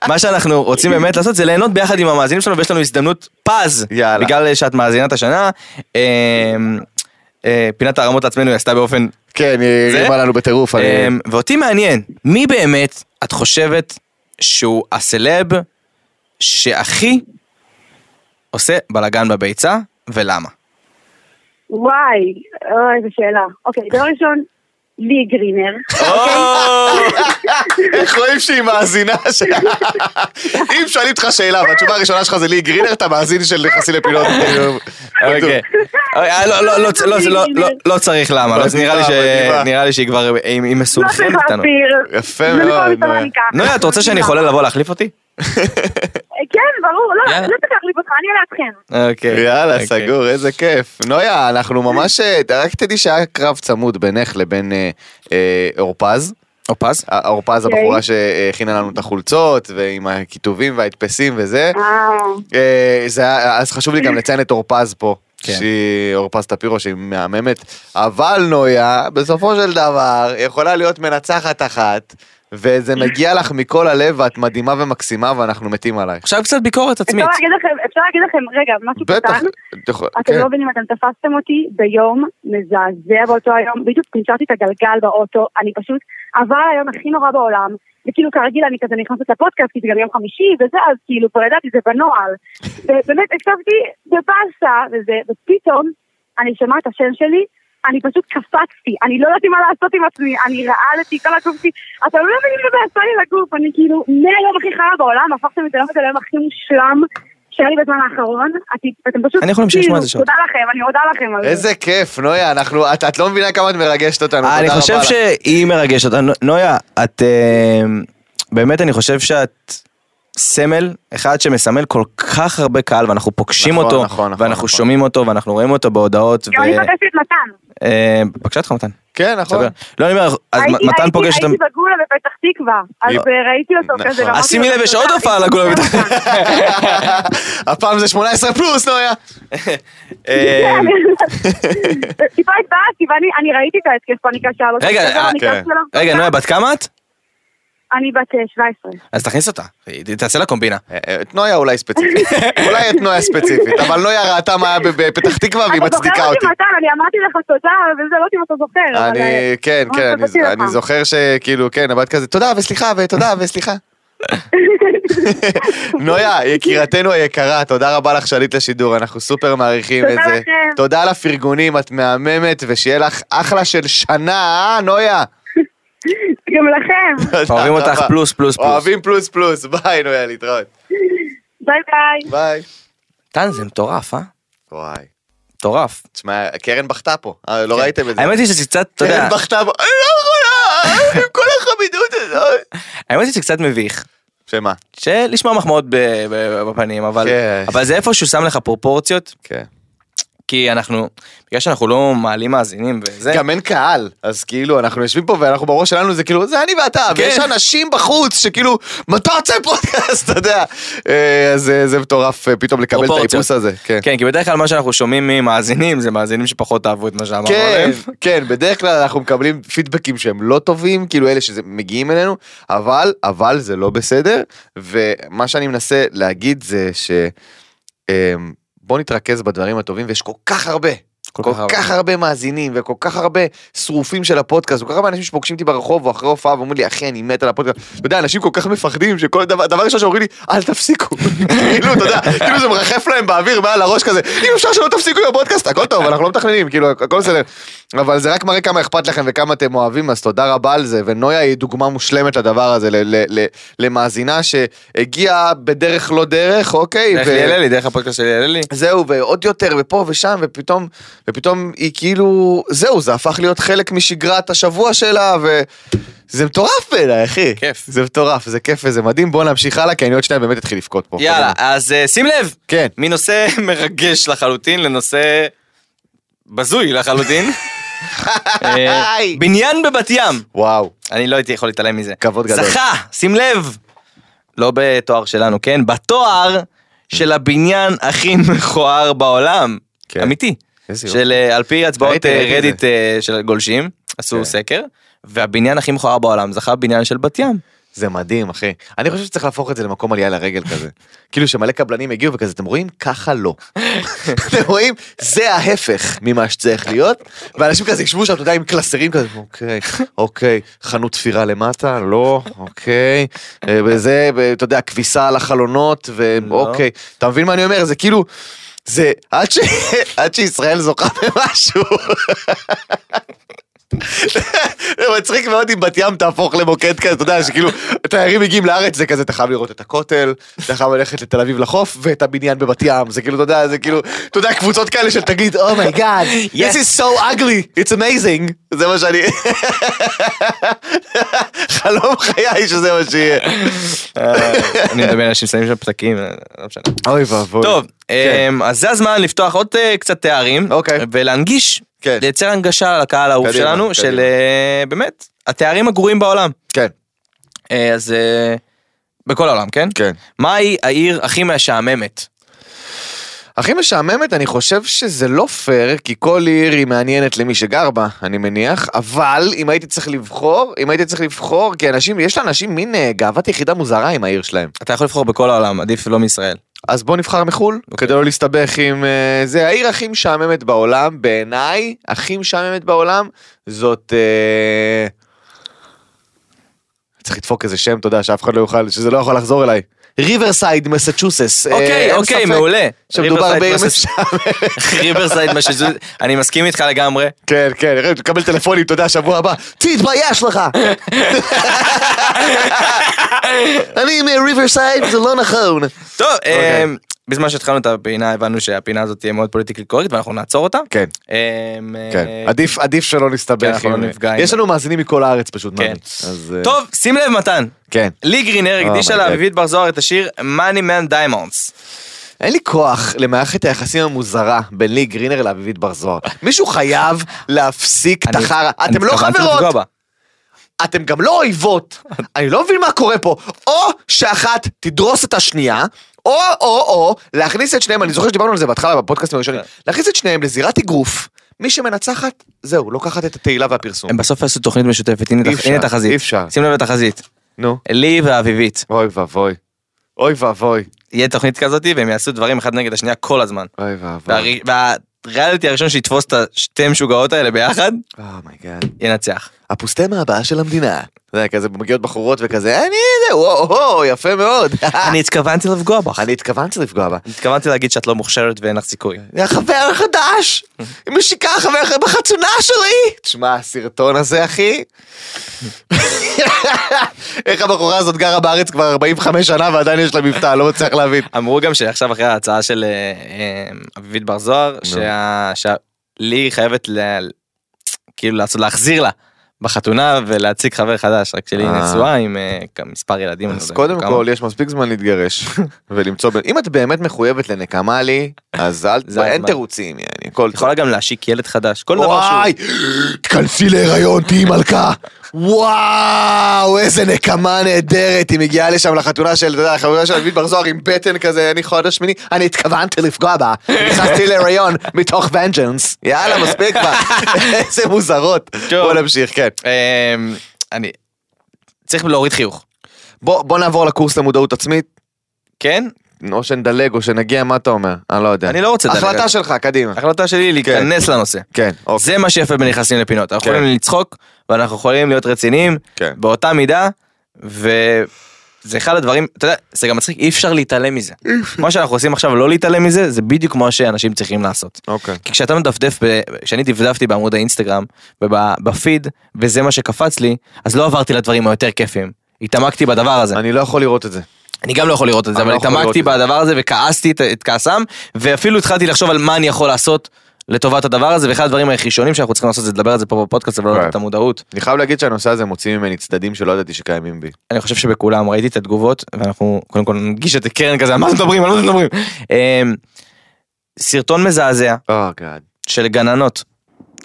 מה שאנחנו רוצים באמת לעשות זה ליהנות ביחד עם המאזינים שלנו, ויש לנו הזדמנות פז, יאללה. בגלל אה, שאת מאזינת השנה. אה, אה, פינת הרמות לעצמנו היא עשתה באופן... כן, זה? היא רימה לנו בטירוף. אני- אה, ואותי מעניין, מי באמת את חושבת שהוא הסלב שהכי עושה בלאגן בביצה, ולמה? וואי, אוי, איזה שאלה. אוקיי, דבר ראשון, לי גרינר. איך רואים שהיא מאזינה שלה? אם שואלים אותך שאלה, והתשובה הראשונה שלך זה לי גרינר, אתה מאזין של נכנסים לפינות. אוקיי, אה, לא, לא, לא, לא, לא, לא, לא צריך למה, לא, אוקיי, נראה לי ש- נראה לי שהיא כבר, היא היא לא צריך מסונכרנת איתנו. להסביר. יפה זה מאוד, אה. מכל נויה. מסתבר ככה. נויה, את רוצה שאני חולה לבוא להחליף אותי? כן, ברור, לא, יאללה. לא צריך להחליף אותך, אני אלעדכם. אוקיי. יאללה, אוקיי. סגור, איזה כיף. נויה, אנחנו ממש, אה, רק תדעי שהיה קרב צמוד בינך לבין אה, אה, אורפז. או פז? אה, אורפז אוקיי. הבחורה שהכינה לנו את החולצות, ועם הכיתובים וההדפסים וזה. אה, אה, זה היה- אז חשוב לי גם לציין את אורפז פה. כן. שהיא אורפז טפירו שהיא מהממת, אבל נויה בסופו של דבר יכולה להיות מנצחת אחת וזה מגיע לך מכל הלב ואת מדהימה ומקסימה ואנחנו מתים עלייך. עכשיו קצת ביקורת עצמית. אפשר להגיד לכם, אפשר להגיד לכם, רגע, משהו בטח, קטן. את יכול- אתם כן. לא מבינים, אתם תפסתם אותי ביום מזעזע באותו היום, בדיוק פינצרתי את הגלגל באוטו, אני פשוט, עבר היום הכי נורא בעולם, וכאילו כרגיל אני כזה נכנסת לפודקאסט, כי זה גם יום חמישי וזה, אז כאילו כבר ידעתי, זה בנוהל. ובאמת הקשבתי בבאסה וזה, ופתאום אני שומעת את השם שלי, אני פשוט קפצתי, אני לא יודעת מה לעשות עם עצמי, אני רעלתי, כל הגוף שלי, אתם לא מבינים מה זה עשה לי לגוף, אני כאילו, מהיום הכי חרא בעולם, הפכתם את לא, היום הזה ליום הכי מושלם. שהיה לי בזמן האחרון, את- אתם פשוט... אני יכול להמשיך לשמוע את זה כאילו, שעות. תודה לכם, אני מודה לכם על זה. איזה כיף, נויה, אנחנו, את, את לא מבינה כמה את מרגשת אותנו, תודה אה, אני רבה חושב לך. שהיא מרגשת. נו- נויה, את... אה, באמת, אני חושב שאת סמל, אחד שמסמל כל כך הרבה קהל, ואנחנו פוגשים נכון, אותו, נכון, נכון, ואנחנו נכון. שומעים אותו, ואנחנו רואים אותו בהודעות, ו... גם אני פגשתי את מתן. אה, פגשה אותך מתן. כן, נכון. סביר. לא, אני אומר, אז הייתי- מתן הייתי- פוגש אותם... הייתי בגולה בפתח תקווה, אז לא. אה, ראיתי אותו נכון. כזה, אז ואמרתי אז שימי לו, לב, יש "תודה, עוד הופעה על אני הגולה זוכר בפתח אותך." הפעם זה 18 פלוס, נויה. אה, אה, טיפה התבאסתי, ואני אני לא ראיתי את ההתקף פאניקה שלו. רגע, זה אה, המקרה כן. שלו. רגע, נויה, בת כמה את? אני בת אה, 17. אז תכניס אותה, היא- תעשה לה קומבינה. אה, אה, את נויה אולי ספציפית, אולי את נויה ספציפית, אבל נויה ראתה מה היה בפתח תקווה והיא אתה זוכר מצדיקה אותי. אותי מתן, אני אמרתי לך תודה, וזה לא יודעת אם אתה זוכר. אבל, אה, אני, כן, ממש כן, רציתי אני- לך. אני זוכר שכאילו, כן, עמדת כזה, תודה וסליחה ותודה וסליחה. נויה, יקירתנו היקרה, תודה רבה לך שעלית לשידור, אנחנו סופר מעריכים את תודה זה. לכם. תודה על הפרגונים, את מהממת, ושיהיה לך אחלה של שנה, אה, נויה? גם לכם. תודה אוהבים אותך רבה. פלוס, פלוס, פלוס. אוהבים פלוס פלוס, ביי נויה, להתראות. ביי ביי. ביי. מתן, זה מטורף, אה? וואי. מטורף. תשמע, קרן בכתה פה, אה, לא ראיתם את זה. כן. האמת היא שזה קצת, אתה יודע, קרן בכתה פה, אני לא יכולה, עם כל החמידות הזאת. האמת היא שזה קצת מביך. שמה? שלשמוע מחמאות ב- ב- בפנים, אבל, כן. אבל זה איפשהו שם לך פרופורציות, כן. כי אנחנו, בגלל שאנחנו לא מעלים מאזינים וזה, גם אין קהל, אז כאילו אנחנו יושבים פה ואנחנו בראש שלנו זה כאילו זה אני ואתה, כן. ויש אנשים בחוץ שכאילו מתי יוצא פודקאסט, אתה יודע. אה, אז אה, זה מטורף אה, פתאום לקבל את פרופורציות. האיפוס הזה. כן. כן, כי בדרך כלל מה שאנחנו שומעים ממאזינים זה מאזינים שפחות אהבו את מה שאמרנו כן, עליהם. כן, בדרך כלל אנחנו מקבלים פידבקים שהם לא טובים, כאילו אלה שמגיעים אלינו, אבל, אבל זה לא בסדר, ומה שאני מנסה להגיד זה ש... אמ, בוא נתרכז בדברים הטובים, ויש כל כך הרבה, כל, כל כך, הרבה. מאזינים, וכל כך הרבה שרופים של הפודקאסט, כל כך הרבה אנשים שפוגשים אותי ברחוב, או אחרי הופעה, ואומרים לי, אחי, אני מת על הפודקאסט. אתה יודע, אנשים כל כך מפחדים, שכל דבר, דבר ראשון שאומרים לי, אל תפסיקו. כאילו, אתה יודע, כאילו זה מרחף להם באוויר מעל הראש כזה, אם אפשר שלא תפסיקו עם הפודקאסט, הכל טוב, אנחנו לא מתכננים, כאילו, הכל בסדר. אבל זה רק מראה כמה אכפת לכם וכמה אתם אוהבים, אז תודה רבה על זה, ונויה היא דוגמה מושלמת לדבר הזה, ל- ל- ל- למאזינה שהגיעה בדרך לא דרך, אוקיי? דרך ו- יעלה לי, דרך הפודקאסט שלי יעלה לי. זהו, ועוד יותר, ופה ושם, ופתאום, ופתאום היא כאילו, זהו, זה הפך להיות חלק משגרת השבוע שלה, וזה מטורף בעיניי, אחי. כיף. זה מטורף, זה כיף וזה מדהים, בואו נמשיך הלאה, כי אני עוד שניה באמת אתחיל לבכות פה. יאללה, אז אה, שים לב, כן. מנושא מרגש לחלוטין לנושא בזוי לחלוטין. אה, בניין בבת ים. וואו, אני לא הייתי יכול להתעלם מזה. כבוד גדול. זכה, שים לב. לא בתואר שלנו, כן? בתואר של הבניין הכי מכוער בעולם. כן. אמיתי. איזה יופי. של אה, על פי הצבעות ראיתי, אה, ראיתי את רדיט אה, של גולשים, כן. עשו סקר, והבניין הכי מכוער בעולם זכה בניין של בת ים. זה מדהים, אחי. אני חושב שצריך להפוך את זה למקום עלייה לרגל כזה. כאילו שמלא קבלנים הגיעו וכזה, אתם רואים? ככה לא. אתם רואים? זה ההפך ממה שצריך להיות, ואנשים כזה ישבו שם, אתה יודע, עם קלסרים כזה, אוקיי, אוקיי, חנות תפירה למטה, לא, אוקיי, אה, וזה, ו- אתה יודע, כביסה על החלונות, ואוקיי, אתה מבין מה אני אומר? זה כאילו... זה עד, ש... עד שישראל זוכה במשהו. מצחיק מאוד אם בת ים תהפוך למוקד כזה, אתה יודע, שכאילו, תיירים מגיעים לארץ, זה כזה, אתה חייב לראות את הכותל, אתה חייב ללכת לתל אביב לחוף, ואת הבניין בבת ים, זה כאילו, אתה יודע, זה כאילו, אתה יודע, קבוצות כאלה של תגיד, אומייגאד, this is so ugly, it's amazing, זה מה שאני, חלום חיי שזה מה שיהיה. אני מדבר על אנשים שמים שם פתקים, לא משנה. אוי ואבוי. טוב, כן. אמ, אז זה הזמן לפתוח עוד אה, קצת תארים, אוקיי. ולהנגיש, כן. לייצר הנגשה לקהל האהוב קדימה, שלנו, קדימה. של אה, באמת, התארים הגרועים בעולם. כן, אה, אז אה, בכל העולם, כן? כן. מהי העיר הכי משעממת? הכי משעממת, אני חושב שזה לא פייר, כי כל עיר היא מעניינת למי שגר בה, אני מניח, אבל אם הייתי צריך לבחור, אם הייתי צריך לבחור, כי אנשים, יש לאנשים מין אה, גאוות יחידה מוזרה עם העיר שלהם. אתה יכול לבחור בכל העולם, עדיף לא מישראל. אז בוא נבחר מחול, אוקיי. כדי לא להסתבך עם... אה, זה העיר הכי משעממת בעולם, בעיניי, הכי משעממת בעולם, זאת... אה, צריך לדפוק איזה שם, אתה יודע, שאף אחד לא יוכל, שזה לא יכול לחזור אליי. ריברסייד, מסצ'וסס. אה, אוקיי, אין אוקיי, ספק מעולה. שמדובר ריברסייד, בעיר מסס- משעממת. ריברסייד, מה שזה, אני מסכים איתך לגמרי. כן, כן, אני חושב שתקבל טלפונים, אתה יודע, שבוע הבא, תתבייש לך! אני מריברסייד, זה לא נכון. טוב, אוקיי. אמ, בזמן שהתחלנו את הפינה הבנו שהפינה הזאת תהיה מאוד פוליטיקלי קורקט ואנחנו נעצור אותה. כן, אמ, כן, אה, עדיף, עדיף שלא כן, נסתבך. אנחנו עם- אה, לא נפגע עם- יש לנו מאזינים מכל הארץ פשוט, כן. נעמי. אז, אה, טוב, שים לב מתן, כן. לי גרינר Oh הקדישה my God. לאביבית בר זוהר את השיר Money Man Diamonds. אין לי כוח למערכת היחסים המוזרה בין לי גרינר לאביבית בר זוהר. מישהו חייב להפסיק את אני- החרא. אני אתם לא התכוונתי לפגוע חברות, בה. אתם גם לא אויבות. אני לא מבין מה קורה פה. או שאחת תדרוס את השנייה, או, או, או, להכניס את שניהם, אני זוכר שדיברנו על זה בהתחלה בפודקאסטים הראשונים, להכניס את שניהם לזירת אגרוף. מי שמנצחת, זהו, לוקחת את התהילה והפרסום. הם בסוף יעשו תוכנית משותפת, הנה אי תח- הנה אפשר, תחזית. אי אפשר. שים לב לתחזית. נו. לי ואביבית. אוי ואבוי. אוי ואבוי. יהיה תוכנית כזאת והם יעשו דברים אחד נגד השנייה כל הזמן. אוי ואבוי. והרי- והריאליטי הראשון שיתפוס את השתי המשוגעות האלה ביחד, אומייגאד. ינצח. Oh הפוסטמה הבאה של המדינה. אתה יודע, כזה מגיעות בחורות וכזה, אני זה, וואו, וואו, יפה מאוד. אני התכוונתי לפגוע בך. אני התכוונתי לפגוע בה. התכוונתי להגיד שאת לא מוכשרת ואין לך סיכוי. החבר החדש, היא משיקה חבר אחר בחתונה שלי. תשמע, הסרטון הזה, אחי. איך הבחורה הזאת גרה בארץ כבר 45 שנה ועדיין יש לה מבטא, לא מצליח להבין. אמרו גם שעכשיו אחרי ההצעה של אה, אה, אביבית בר זוהר, שה- שלי חייבת ל- כאילו לעשות, להחזיר לה בחתונה ולהציג חבר חדש, רק שלי אה. נשואה עם אה, כמה- מספר ילדים. אני לא אז יודע קודם כמה. כל, יש מספיק זמן להתגרש ולמצוא... בן- אם את באמת מחויבת לנקמה לי, אז אל... זה אין הזמן. תירוצים, יעני, הכל את יכולה גם להשיק ילד חדש, כל דבר שהוא. וואי, תכנסי להיריון, תהיי מלכה. וואו, איזה נקמה נהדרת, היא מגיעה לשם לחתונה של, אתה יודע, החברה של אביב בר זוהר עם בטן כזה, אני חודש שמיני, אני התכוונתי לפגוע בה, נכנסתי להיריון מתוך ונג'נס. יאללה, מספיק כבר, איזה מוזרות. טוב. בוא נמשיך, כן. אה, אני... צריך להוריד חיוך, בוא בוא נעבור לקורס למודעות עצמית, כן? או שנדלג או שנגיע, מה אתה אומר? אני לא יודע. אני לא רוצה לדלג. החלטה שלך, קדימה. ההחלטה שלי היא להיכנס לנושא. כן, אוקיי. זה מה שיפה בנכנסים לפינות, אנחנו כן. יכולים לצחוק ואנחנו יכולים להיות רציניים כן. באותה מידה וזה אחד הדברים, אתה יודע, זה גם מצחיק, אי אפשר להתעלם מזה. מה שאנחנו עושים עכשיו לא להתעלם מזה, זה בדיוק מה שאנשים צריכים לעשות. אוקיי. כי כשאתה מדפדף, ב- כשאני דפדפתי בעמוד האינסטגרם ובפיד וזה מה שקפץ לי, אז לא עברתי לדברים היותר כיפיים. התעמקתי בדבר הזה. אני לא יכול לראות את זה. אני גם לא יכול לראות את זה, אני אבל לא יכול התעמקתי לראות את בדבר הזה וכעסתי את, את כעסם, ואפילו התחלתי לחשוב על מה אני יכול לעשות לטובת הדבר הזה, ואחד הדברים הראשונים שאנחנו צריכים לעשות זה לדבר על זה פה בפודקאסט ולא כן. לתת את המודעות. אני חייב להגיד שהנושא הזה מוציא ממני צדדים שלא ידעתי שקיימים בי. אני חושב שבכולם ראיתי את התגובות, ואנחנו קודם כל נגיש את הקרן כזה, על מה אתם מדברים, על מה אתם מדברים. אמ, סרטון מזעזע אה, גאד. של גננות,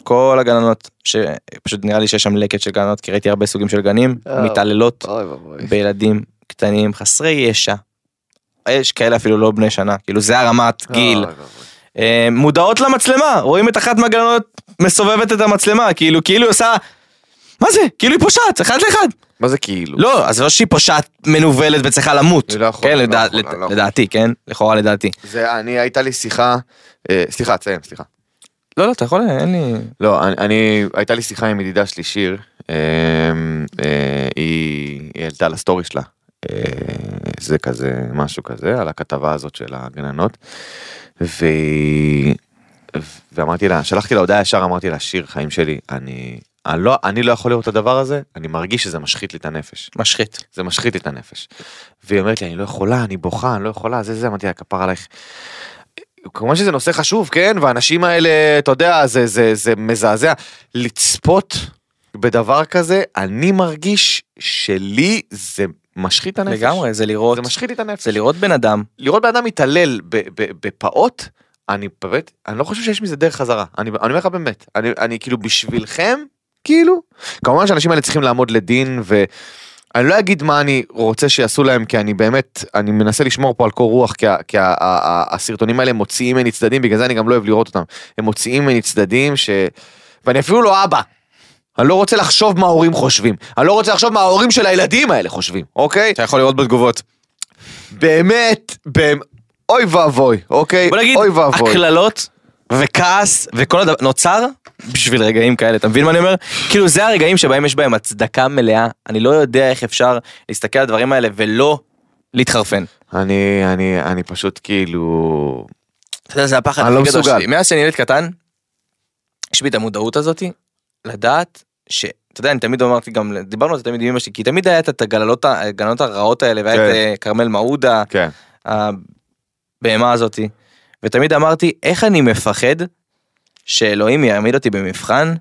כל הגננות, שפשוט נראה לי שיש שם לקט של גננות, כי ראיתי הרבה סוגים של גנים, אה. מתעללות אוי ואבוי. בילדים קטנים, חסרי ישע. יש כאלה אפילו לא בני שנה, כאילו זה הרמת גיל. אוי ואבוי. אה, מודעות למצלמה, רואים את אחת מהגננות מסובבת את המצלמה, כאילו, כאילו היא עושה... מה זה? כאילו היא פושעת, אחד לאחד. מה זה כאילו? לא, אז לא שהיא פושעת מנוולת וצריכה למות. אני לא יכול, כן, אני לא לדע- יכול, לד- אני לא יכול. לדעתי, כן? לכאורה לדעתי. זה, אני, הייתה לי שיחה, אה, סליחה, תסיים, סליחה. לא, לא, אתה יכול, אין לי... לא, אני, אני, הייתה לי שיחה עם ידידה שלי, שיר, אה, אה, היא היא העלתה לסטורי שלה, אה, זה כזה, משהו כזה, על הכתבה הזאת של הגננות, ו... ואמרתי לה, שלחתי לה הודעה ישר, אמרתי לה, שיר, חיים שלי, אני, אני לא, אני לא יכול לראות את הדבר הזה, אני מרגיש שזה משחית לי את הנפש. משחית. זה משחית לי את הנפש. והיא אומרת לי, אני לא יכולה, אני בוכה, אני לא יכולה, זה זה, אמרתי לה, כפר עלייך. כמובן שזה נושא חשוב, כן, והאנשים האלה, אתה יודע, זה, זה, זה מזעזע. לצפות בדבר כזה, אני מרגיש שלי זה משחית את הנפש. לגמרי, זה לראות, זה משחית לי את הנפש. זה לראות בן אדם. לראות בן אדם מתעלל ב- ב- בפעוט, אני באמת, אני לא חושב שיש מזה דרך חזרה. אני אני אומר לך באמת, אני, אני כאילו בשבילכם, כאילו, כמובן שהאנשים האלה צריכים לעמוד לדין ו... אני לא אגיד מה אני רוצה שיעשו להם כי אני באמת אני מנסה לשמור פה על קור רוח כי, ה- כי ה- ה- ה- הסרטונים האלה מוציאים ממני צדדים בגלל זה אני גם לא אוהב לראות אותם הם מוציאים ממני צדדים ש... ואני אפילו לא אבא. אני לא רוצה לחשוב מה ההורים חושבים אני לא רוצה לחשוב מה ההורים של הילדים האלה חושבים אוקיי אתה יכול לראות בתגובות. באמת, באמת, אוי ואבוי, אוקיי? בוא נגיד, אוי ואבוי. הקללות וכעס וכל הדבר נוצר בשביל רגעים כאלה, אתה מבין מה אני אומר? כאילו זה הרגעים שבהם יש בהם הצדקה מלאה, אני לא יודע איך אפשר להסתכל על הדברים האלה ולא להתחרפן. אני, אני, אני פשוט כאילו... אתה יודע, זה הפחד אני הכי לא גדול מסוגל. שלי. מאז שאני ילד קטן, יש בי את המודעות הזאת, לדעת ש... אתה יודע, אני תמיד אמרתי גם, דיברנו על זה תמיד עם אמא שלי, כי תמיד היה את הגננות ה- הגננות הרעות האלה, והיה כן. את אה, כרמל מעודה, כן. הבהמה הזאת, ותמיד אמרתי, איך אני מפחד שאלוהים יעמיד אותי במבחן,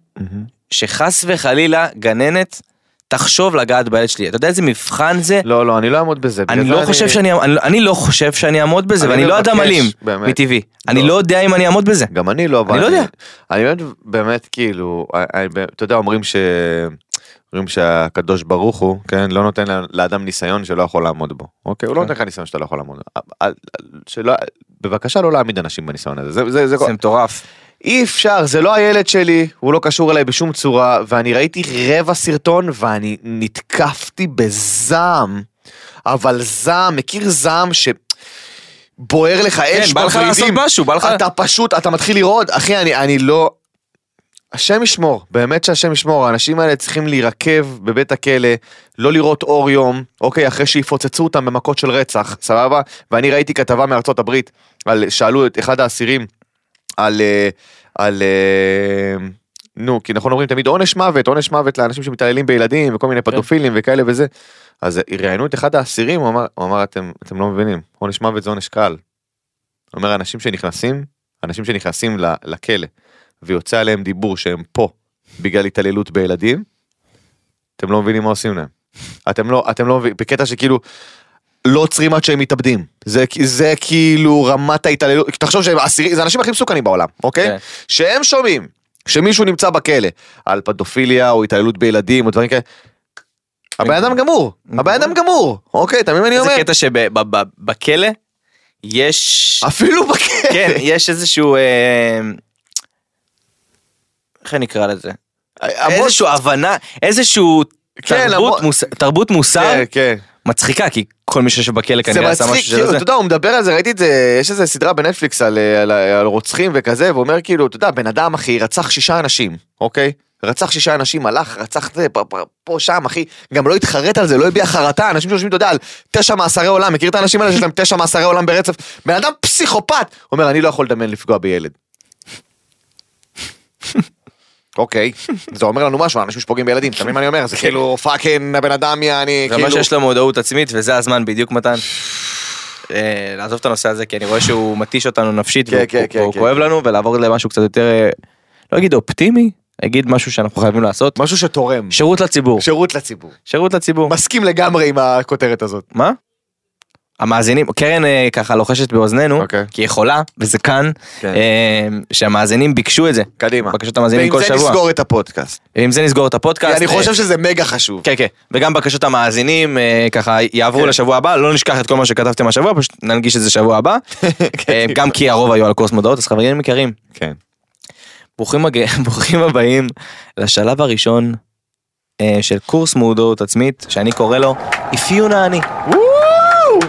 שחס וחלילה גננת תחשוב לגעת בילד שלי. אתה יודע איזה מבחן זה? לא, לא, אני לא אעמוד בזה. בגלל אני זה לא חושב שאני אני- אני לא חושב שאני אעמוד בזה, אני ואני לא אדם מבקש, אלים, באמת. מטבעי. אני לא. לא יודע אם אני אעמוד בזה. גם אני לא, אבל... אני לא יודע. אני באמת, באמת כאילו, אני- אני- אתה יודע, אומרים ש... אומרים שהקדוש ברוך הוא, כן, לא נותן לאדם ניסיון שלא יכול לעמוד בו. אוקיי, כן. הוא לא נותן לך ניסיון שאתה לא יכול לעמוד בו. אל- אל- שלא- בבקשה לא להעמיד אנשים בניסיון הזה. זה- זה- זה כל- זה מטורף. אי אפשר, זה לא הילד שלי, הוא לא קשור אליי בשום צורה, ואני ראיתי רבע סרטון ואני נתקפתי בזעם, אבל זעם, מכיר זעם ש... בוער לך אש כן, בא לך לעשות בוורידים. משהו, בא לך- אתה פשוט, אתה מתחיל לראות, אחי, אני, אני לא... השם ישמור, באמת שהשם ישמור, האנשים האלה צריכים להירקב בבית הכלא, לא לראות אור יום, אוקיי, אחרי שיפוצצו אותם במכות של רצח, סבבה? ואני ראיתי כתבה מארצות הברית, על, שאלו את אחד האסירים, על... אה, על אה, נו, כי נכון אומרים תמיד עונש מוות, עונש מוות לאנשים שמתעללים בילדים וכל כן. מיני פדופילים וכאלה וזה. אז ראיינו את אחד האסירים, הוא אמר, הוא אמר אתם, אתם לא מבינים, עונש מוות זה עונש קל. הוא אומר, אנשים שנכנסים, אנשים שנכנסים ל- לכלא ויוצא עליהם דיבור שהם פה בגלל התעללות בילדים, אתם לא מבינים מה עושים להם. אתם לא, אתם לא מבינים, בקטע שכאילו, לא עוצרים עד שהם מתאבדים. זה, זה כאילו רמת ההתעללות, תחשוב שהם אסירים, זה האנשים הכי מסוכנים בעולם, אוקיי? כן. שהם שומעים שמישהו נמצא בכלא על פדופיליה או התעללות בילדים או דברים כאלה. הבן אדם גמור, הבן אדם גמור, אוקיי, אתה מבין מה אני זה אומר? קטע שבכלא יש... אפילו בכלא. כן, יש איזשהו... אה, איך נקרא לזה? המון- איזשהו הבנה, איזשהו כן, תרבות המון- מוס- תרבות מוסר כן, כן. מצחיקה, כי כל מי שיושב בכלא זה כנראה עשה משהו מצחיק, של כאילו, זה. אתה יודע, הוא מדבר על זה, ראיתי את זה, יש איזה סדרה בנטפליקס על, אה, על, על רוצחים וכזה, והוא אומר כאילו, אתה יודע, בן אדם אחי רצח שישה אנשים, אוקיי? רצח שישה אנשים, הלך, רצח זה, פה, פה, פה שם, אחי, גם לא התחרט על זה, לא הביע חרטה, אנשים שיושבים, אתה יודע, על תשע מאסרי עולם, מכיר את האנשים האלה שיש להם תשע מאסרי עולם ברצף? בן אדם פסיכופת! הוא אומר, אני לא יכול לדמיין לפגוע בילד. אוקיי, זה אומר לנו משהו, אנשים שפוגעים בילדים, אתה מבין מה אני אומר? זה כאילו, פאקינג, הבן אדם יעני, כן. זה אומר כאילו... שיש לו מודעות עצמית, וזה הזמן בדיוק מתן. אה, לעזוב את הנושא הזה, כי אני רואה שהוא מתיש אותנו נפשית, כן, והוא כן, הוא- כן, הוא כן. כואב לנו, ולעבור למשהו קצת יותר, אה, לא אגיד אופטימי, אגיד משהו שאנחנו חייבים לעשות. משהו שתורם. שירות לציבור. שירות לציבור. שירות לציבור. מסכים לגמרי עם הכותרת הזאת. מה? המאזינים, קרן אה, ככה לוחשת באוזנינו, אוקיי. כי היא יכולה, וזה כאן, כן. אה, שהמאזינים ביקשו את זה. קדימה. בקשות המאזינים כל ועם זה שבוע. נסגור את הפודקאסט. עם זה נסגור את כי הפודקאסט. אני אה, חושב שזה מגה חשוב. כן כן, וגם בקשות המאזינים אה, ככה יעברו לשבוע הבא, לא נשכח את כל מה שכתבתם השבוע, פשוט ננגיש את זה שבוע הבא. אה, גם כי הרוב היו על קורס מודעות, אז חברים יקרים, כן. ברוכים הג- ברוכים הבאים לשלב הראשון אה, של קורס מודעות עצמית, שאני קורא לו אפיון האני.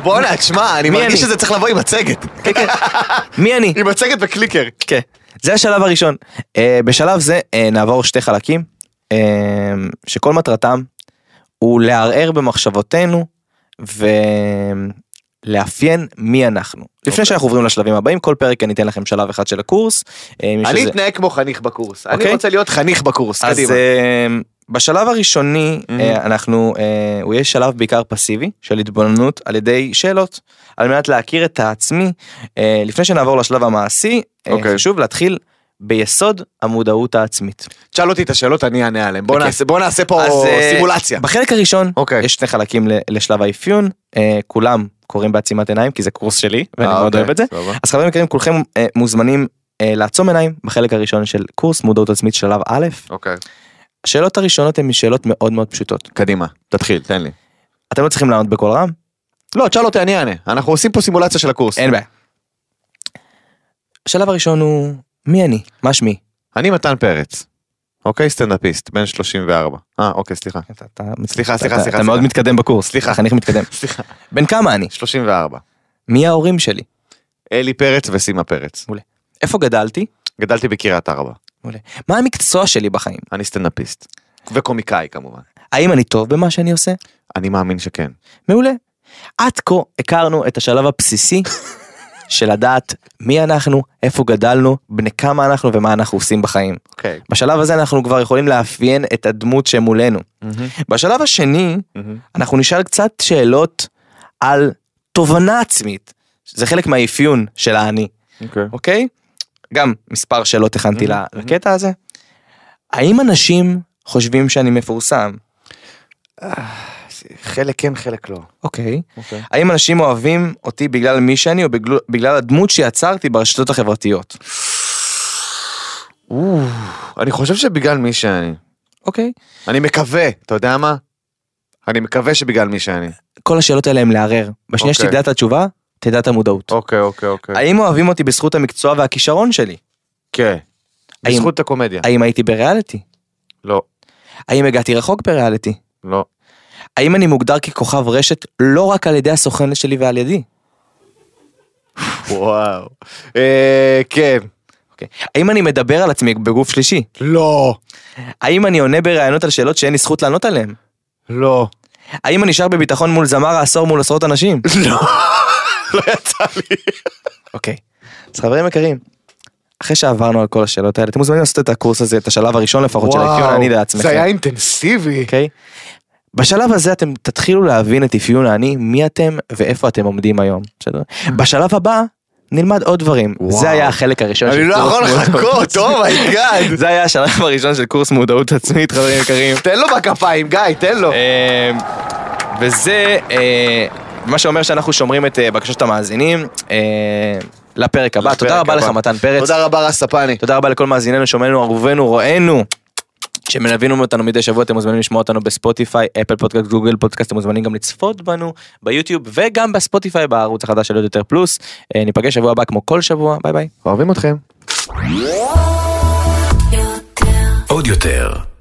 בואנה, תשמע, אני כן. מי מרגיש אני? כן. שזה צריך לבוא עם מצגת. מי אני? עם מצגת וקליקר. כן. זה השלב הראשון. אה, בשלב זה אה, נעבור שתי חלקים, אה, שכל מטרתם הוא לערער במחשבותינו ו... לאפיין מי אנחנו. לפני שאנחנו עוברים לשלבים הבאים, כל פרק אני אתן לכם שלב אחד של הקורס. אה, מי אני שזה- אתנהג כמו חניך בקורס. אני אוקיי. רוצה להיות חניך בקורס, אז קדימה. אה, בשלב הראשוני Mhm. אה, אנחנו, אה, הוא יהיה שלב בעיקר פסיבי של התבוננות על ידי שאלות, על מנת להכיר את העצמי. אה, לפני שנעבור לשלב המעשי, אה, אוקיי. חשוב להתחיל ביסוד המודעות העצמית. תשאל אותי את השאלות, אני אענה עליהן. בוא אוקיי. נעשה- בוא נעשה פה אז, אה, סימולציה. בחלק הראשון כן. אוקיי. יש שני חלקים ל- לשלב האפיון, אה, כולם קוראים בעצימת עיניים כי זה קורס שלי ואני אה, מאוד אוקיי, אוהב את זה. סבבה. אז חברים יקרים כולכם אה, מוזמנים אה, לעצום עיניים בחלק הראשון של קורס מודעות עצמית שלב א'. אוקיי. השאלות הראשונות הן שאלות מאוד מאוד פשוטות. קדימה, תתחיל, תן לי. אתם לא צריכים לענות בקול רם, לא, תשאל אותי, אני אענה. אנחנו עושים פה סימולציה של הקורס. אין בעיה. השלב הראשון הוא מי אני? מה שמי? אני מתן פרץ. אוקיי, סטנדאפיסט, בן 34. אה, אוקיי, סליחה. אתה- אתה- סליחה, אתה- סליחה, אתה- סליחה, אתה מאוד סליחה. מתקדם בקורס. סליחה. חניך מתקדם. סליחה. בן כמה אני? 34. מי ההורים שלי? אלי פרץ וסימה פרץ. איפה גדלתי? גדלתי בקריית ארבע. מה המקצוע שלי בחיים? אני סטנדאפיסט. וקומיקאי כמובן. האם אני טוב במה שאני עושה? אני מאמין שכן. מעולה. עד כה הכרנו את השלב הבסיסי של לדעת מי אנחנו, איפה גדלנו, בני כמה אנחנו ומה אנחנו עושים בחיים. אוקיי. בשלב הזה אנחנו כבר יכולים לאפיין את הדמות שמולנו. Mm-hmm. בשלב השני, אנחנו נשאל קצת שאלות על תובנה עצמית. זה חלק מהאפיון של האני, אוקיי. אוקיי? גם מספר שאלות הכנתי מהמם, ל- לקטע הזה. האם אנשים חושבים שאני מפורסם? חלק כן, חלק לא. אוקיי. האם אנשים אוהבים אותי בגלל מי שאני או בגל- בגלל הדמות שיצרתי ברשתות החברתיות? אני חושב שבגלל מי שאני. אוקיי. אני מקווה, אתה יודע מה? אני מקווה שבגלל מי שאני. כל השאלות האלה הם לערער. בשנייה אוקיי. שתדע את התשובה, תדע את המודעות. אוקיי, אוקיי, אוקיי. האם אוהבים אותי בזכות המקצוע והכישרון שלי? כן. האם- בזכות הקומדיה. האם הייתי בריאליטי? לא, האם הגעתי רחוק בריאליטי? לא. האם אני מוגדר ככוכב רשת לא רק על ידי הסוכן שלי ועל ידי? וואו. אה, כן. אוקיי. האם אני מדבר על עצמי בגוף שלישי? לא. האם אני עונה בראיונות על שאלות שאין לי זכות לענות עליהן? לא. האם אני נשאר בביטחון מול זמר העשור מול עשרות אנשים? לא. לא יצא לי. אוקיי. אז חברים יקרים, אחרי שעברנו על כל השאלות האלה, אתם מוזמנים לעשות את הקורס הזה, את השלב הראשון לפחות של האפיון, אני לעצמכם. זה היה אינטנסיבי. אוקיי? בשלב הזה אתם תתחילו להבין את אפיון האני, מי אתם ואיפה אתם עומדים היום. בסדר? בשלב הבא נלמד עוד דברים. Mm. וואו. זה היה החלק הראשון אני של לא קורס יכול מודעות. לחכות, oh אומייגאד. זה היה השלב הראשון של קורס מודעות עצמית, חברים יקרים. תן לו בכפיים, גיא, תן לו. אה, וזה אה, מה שאומר שאנחנו שומרים את אה, בקשות המאזינים אה, לפרק הבא. לפרק תודה רבה הבא. לך, מתן פרץ. תודה רבה, רס ספני. תודה רבה לכל מאזיננו, שומענו, אהובינו, רואינו. שמלווים אותנו מדי שבוע אתם מוזמנים לשמוע אותנו בספוטיפיי אפל פודקאסט גוגל פודקאסט אתם מוזמנים גם לצפות בנו ביוטיוב וגם בספוטיפיי בערוץ החדש של עוד יותר פלוס אה, ניפגש שבוע הבא כמו כל שבוע ביי ביי. אוהבים אתכם. עוד יותר,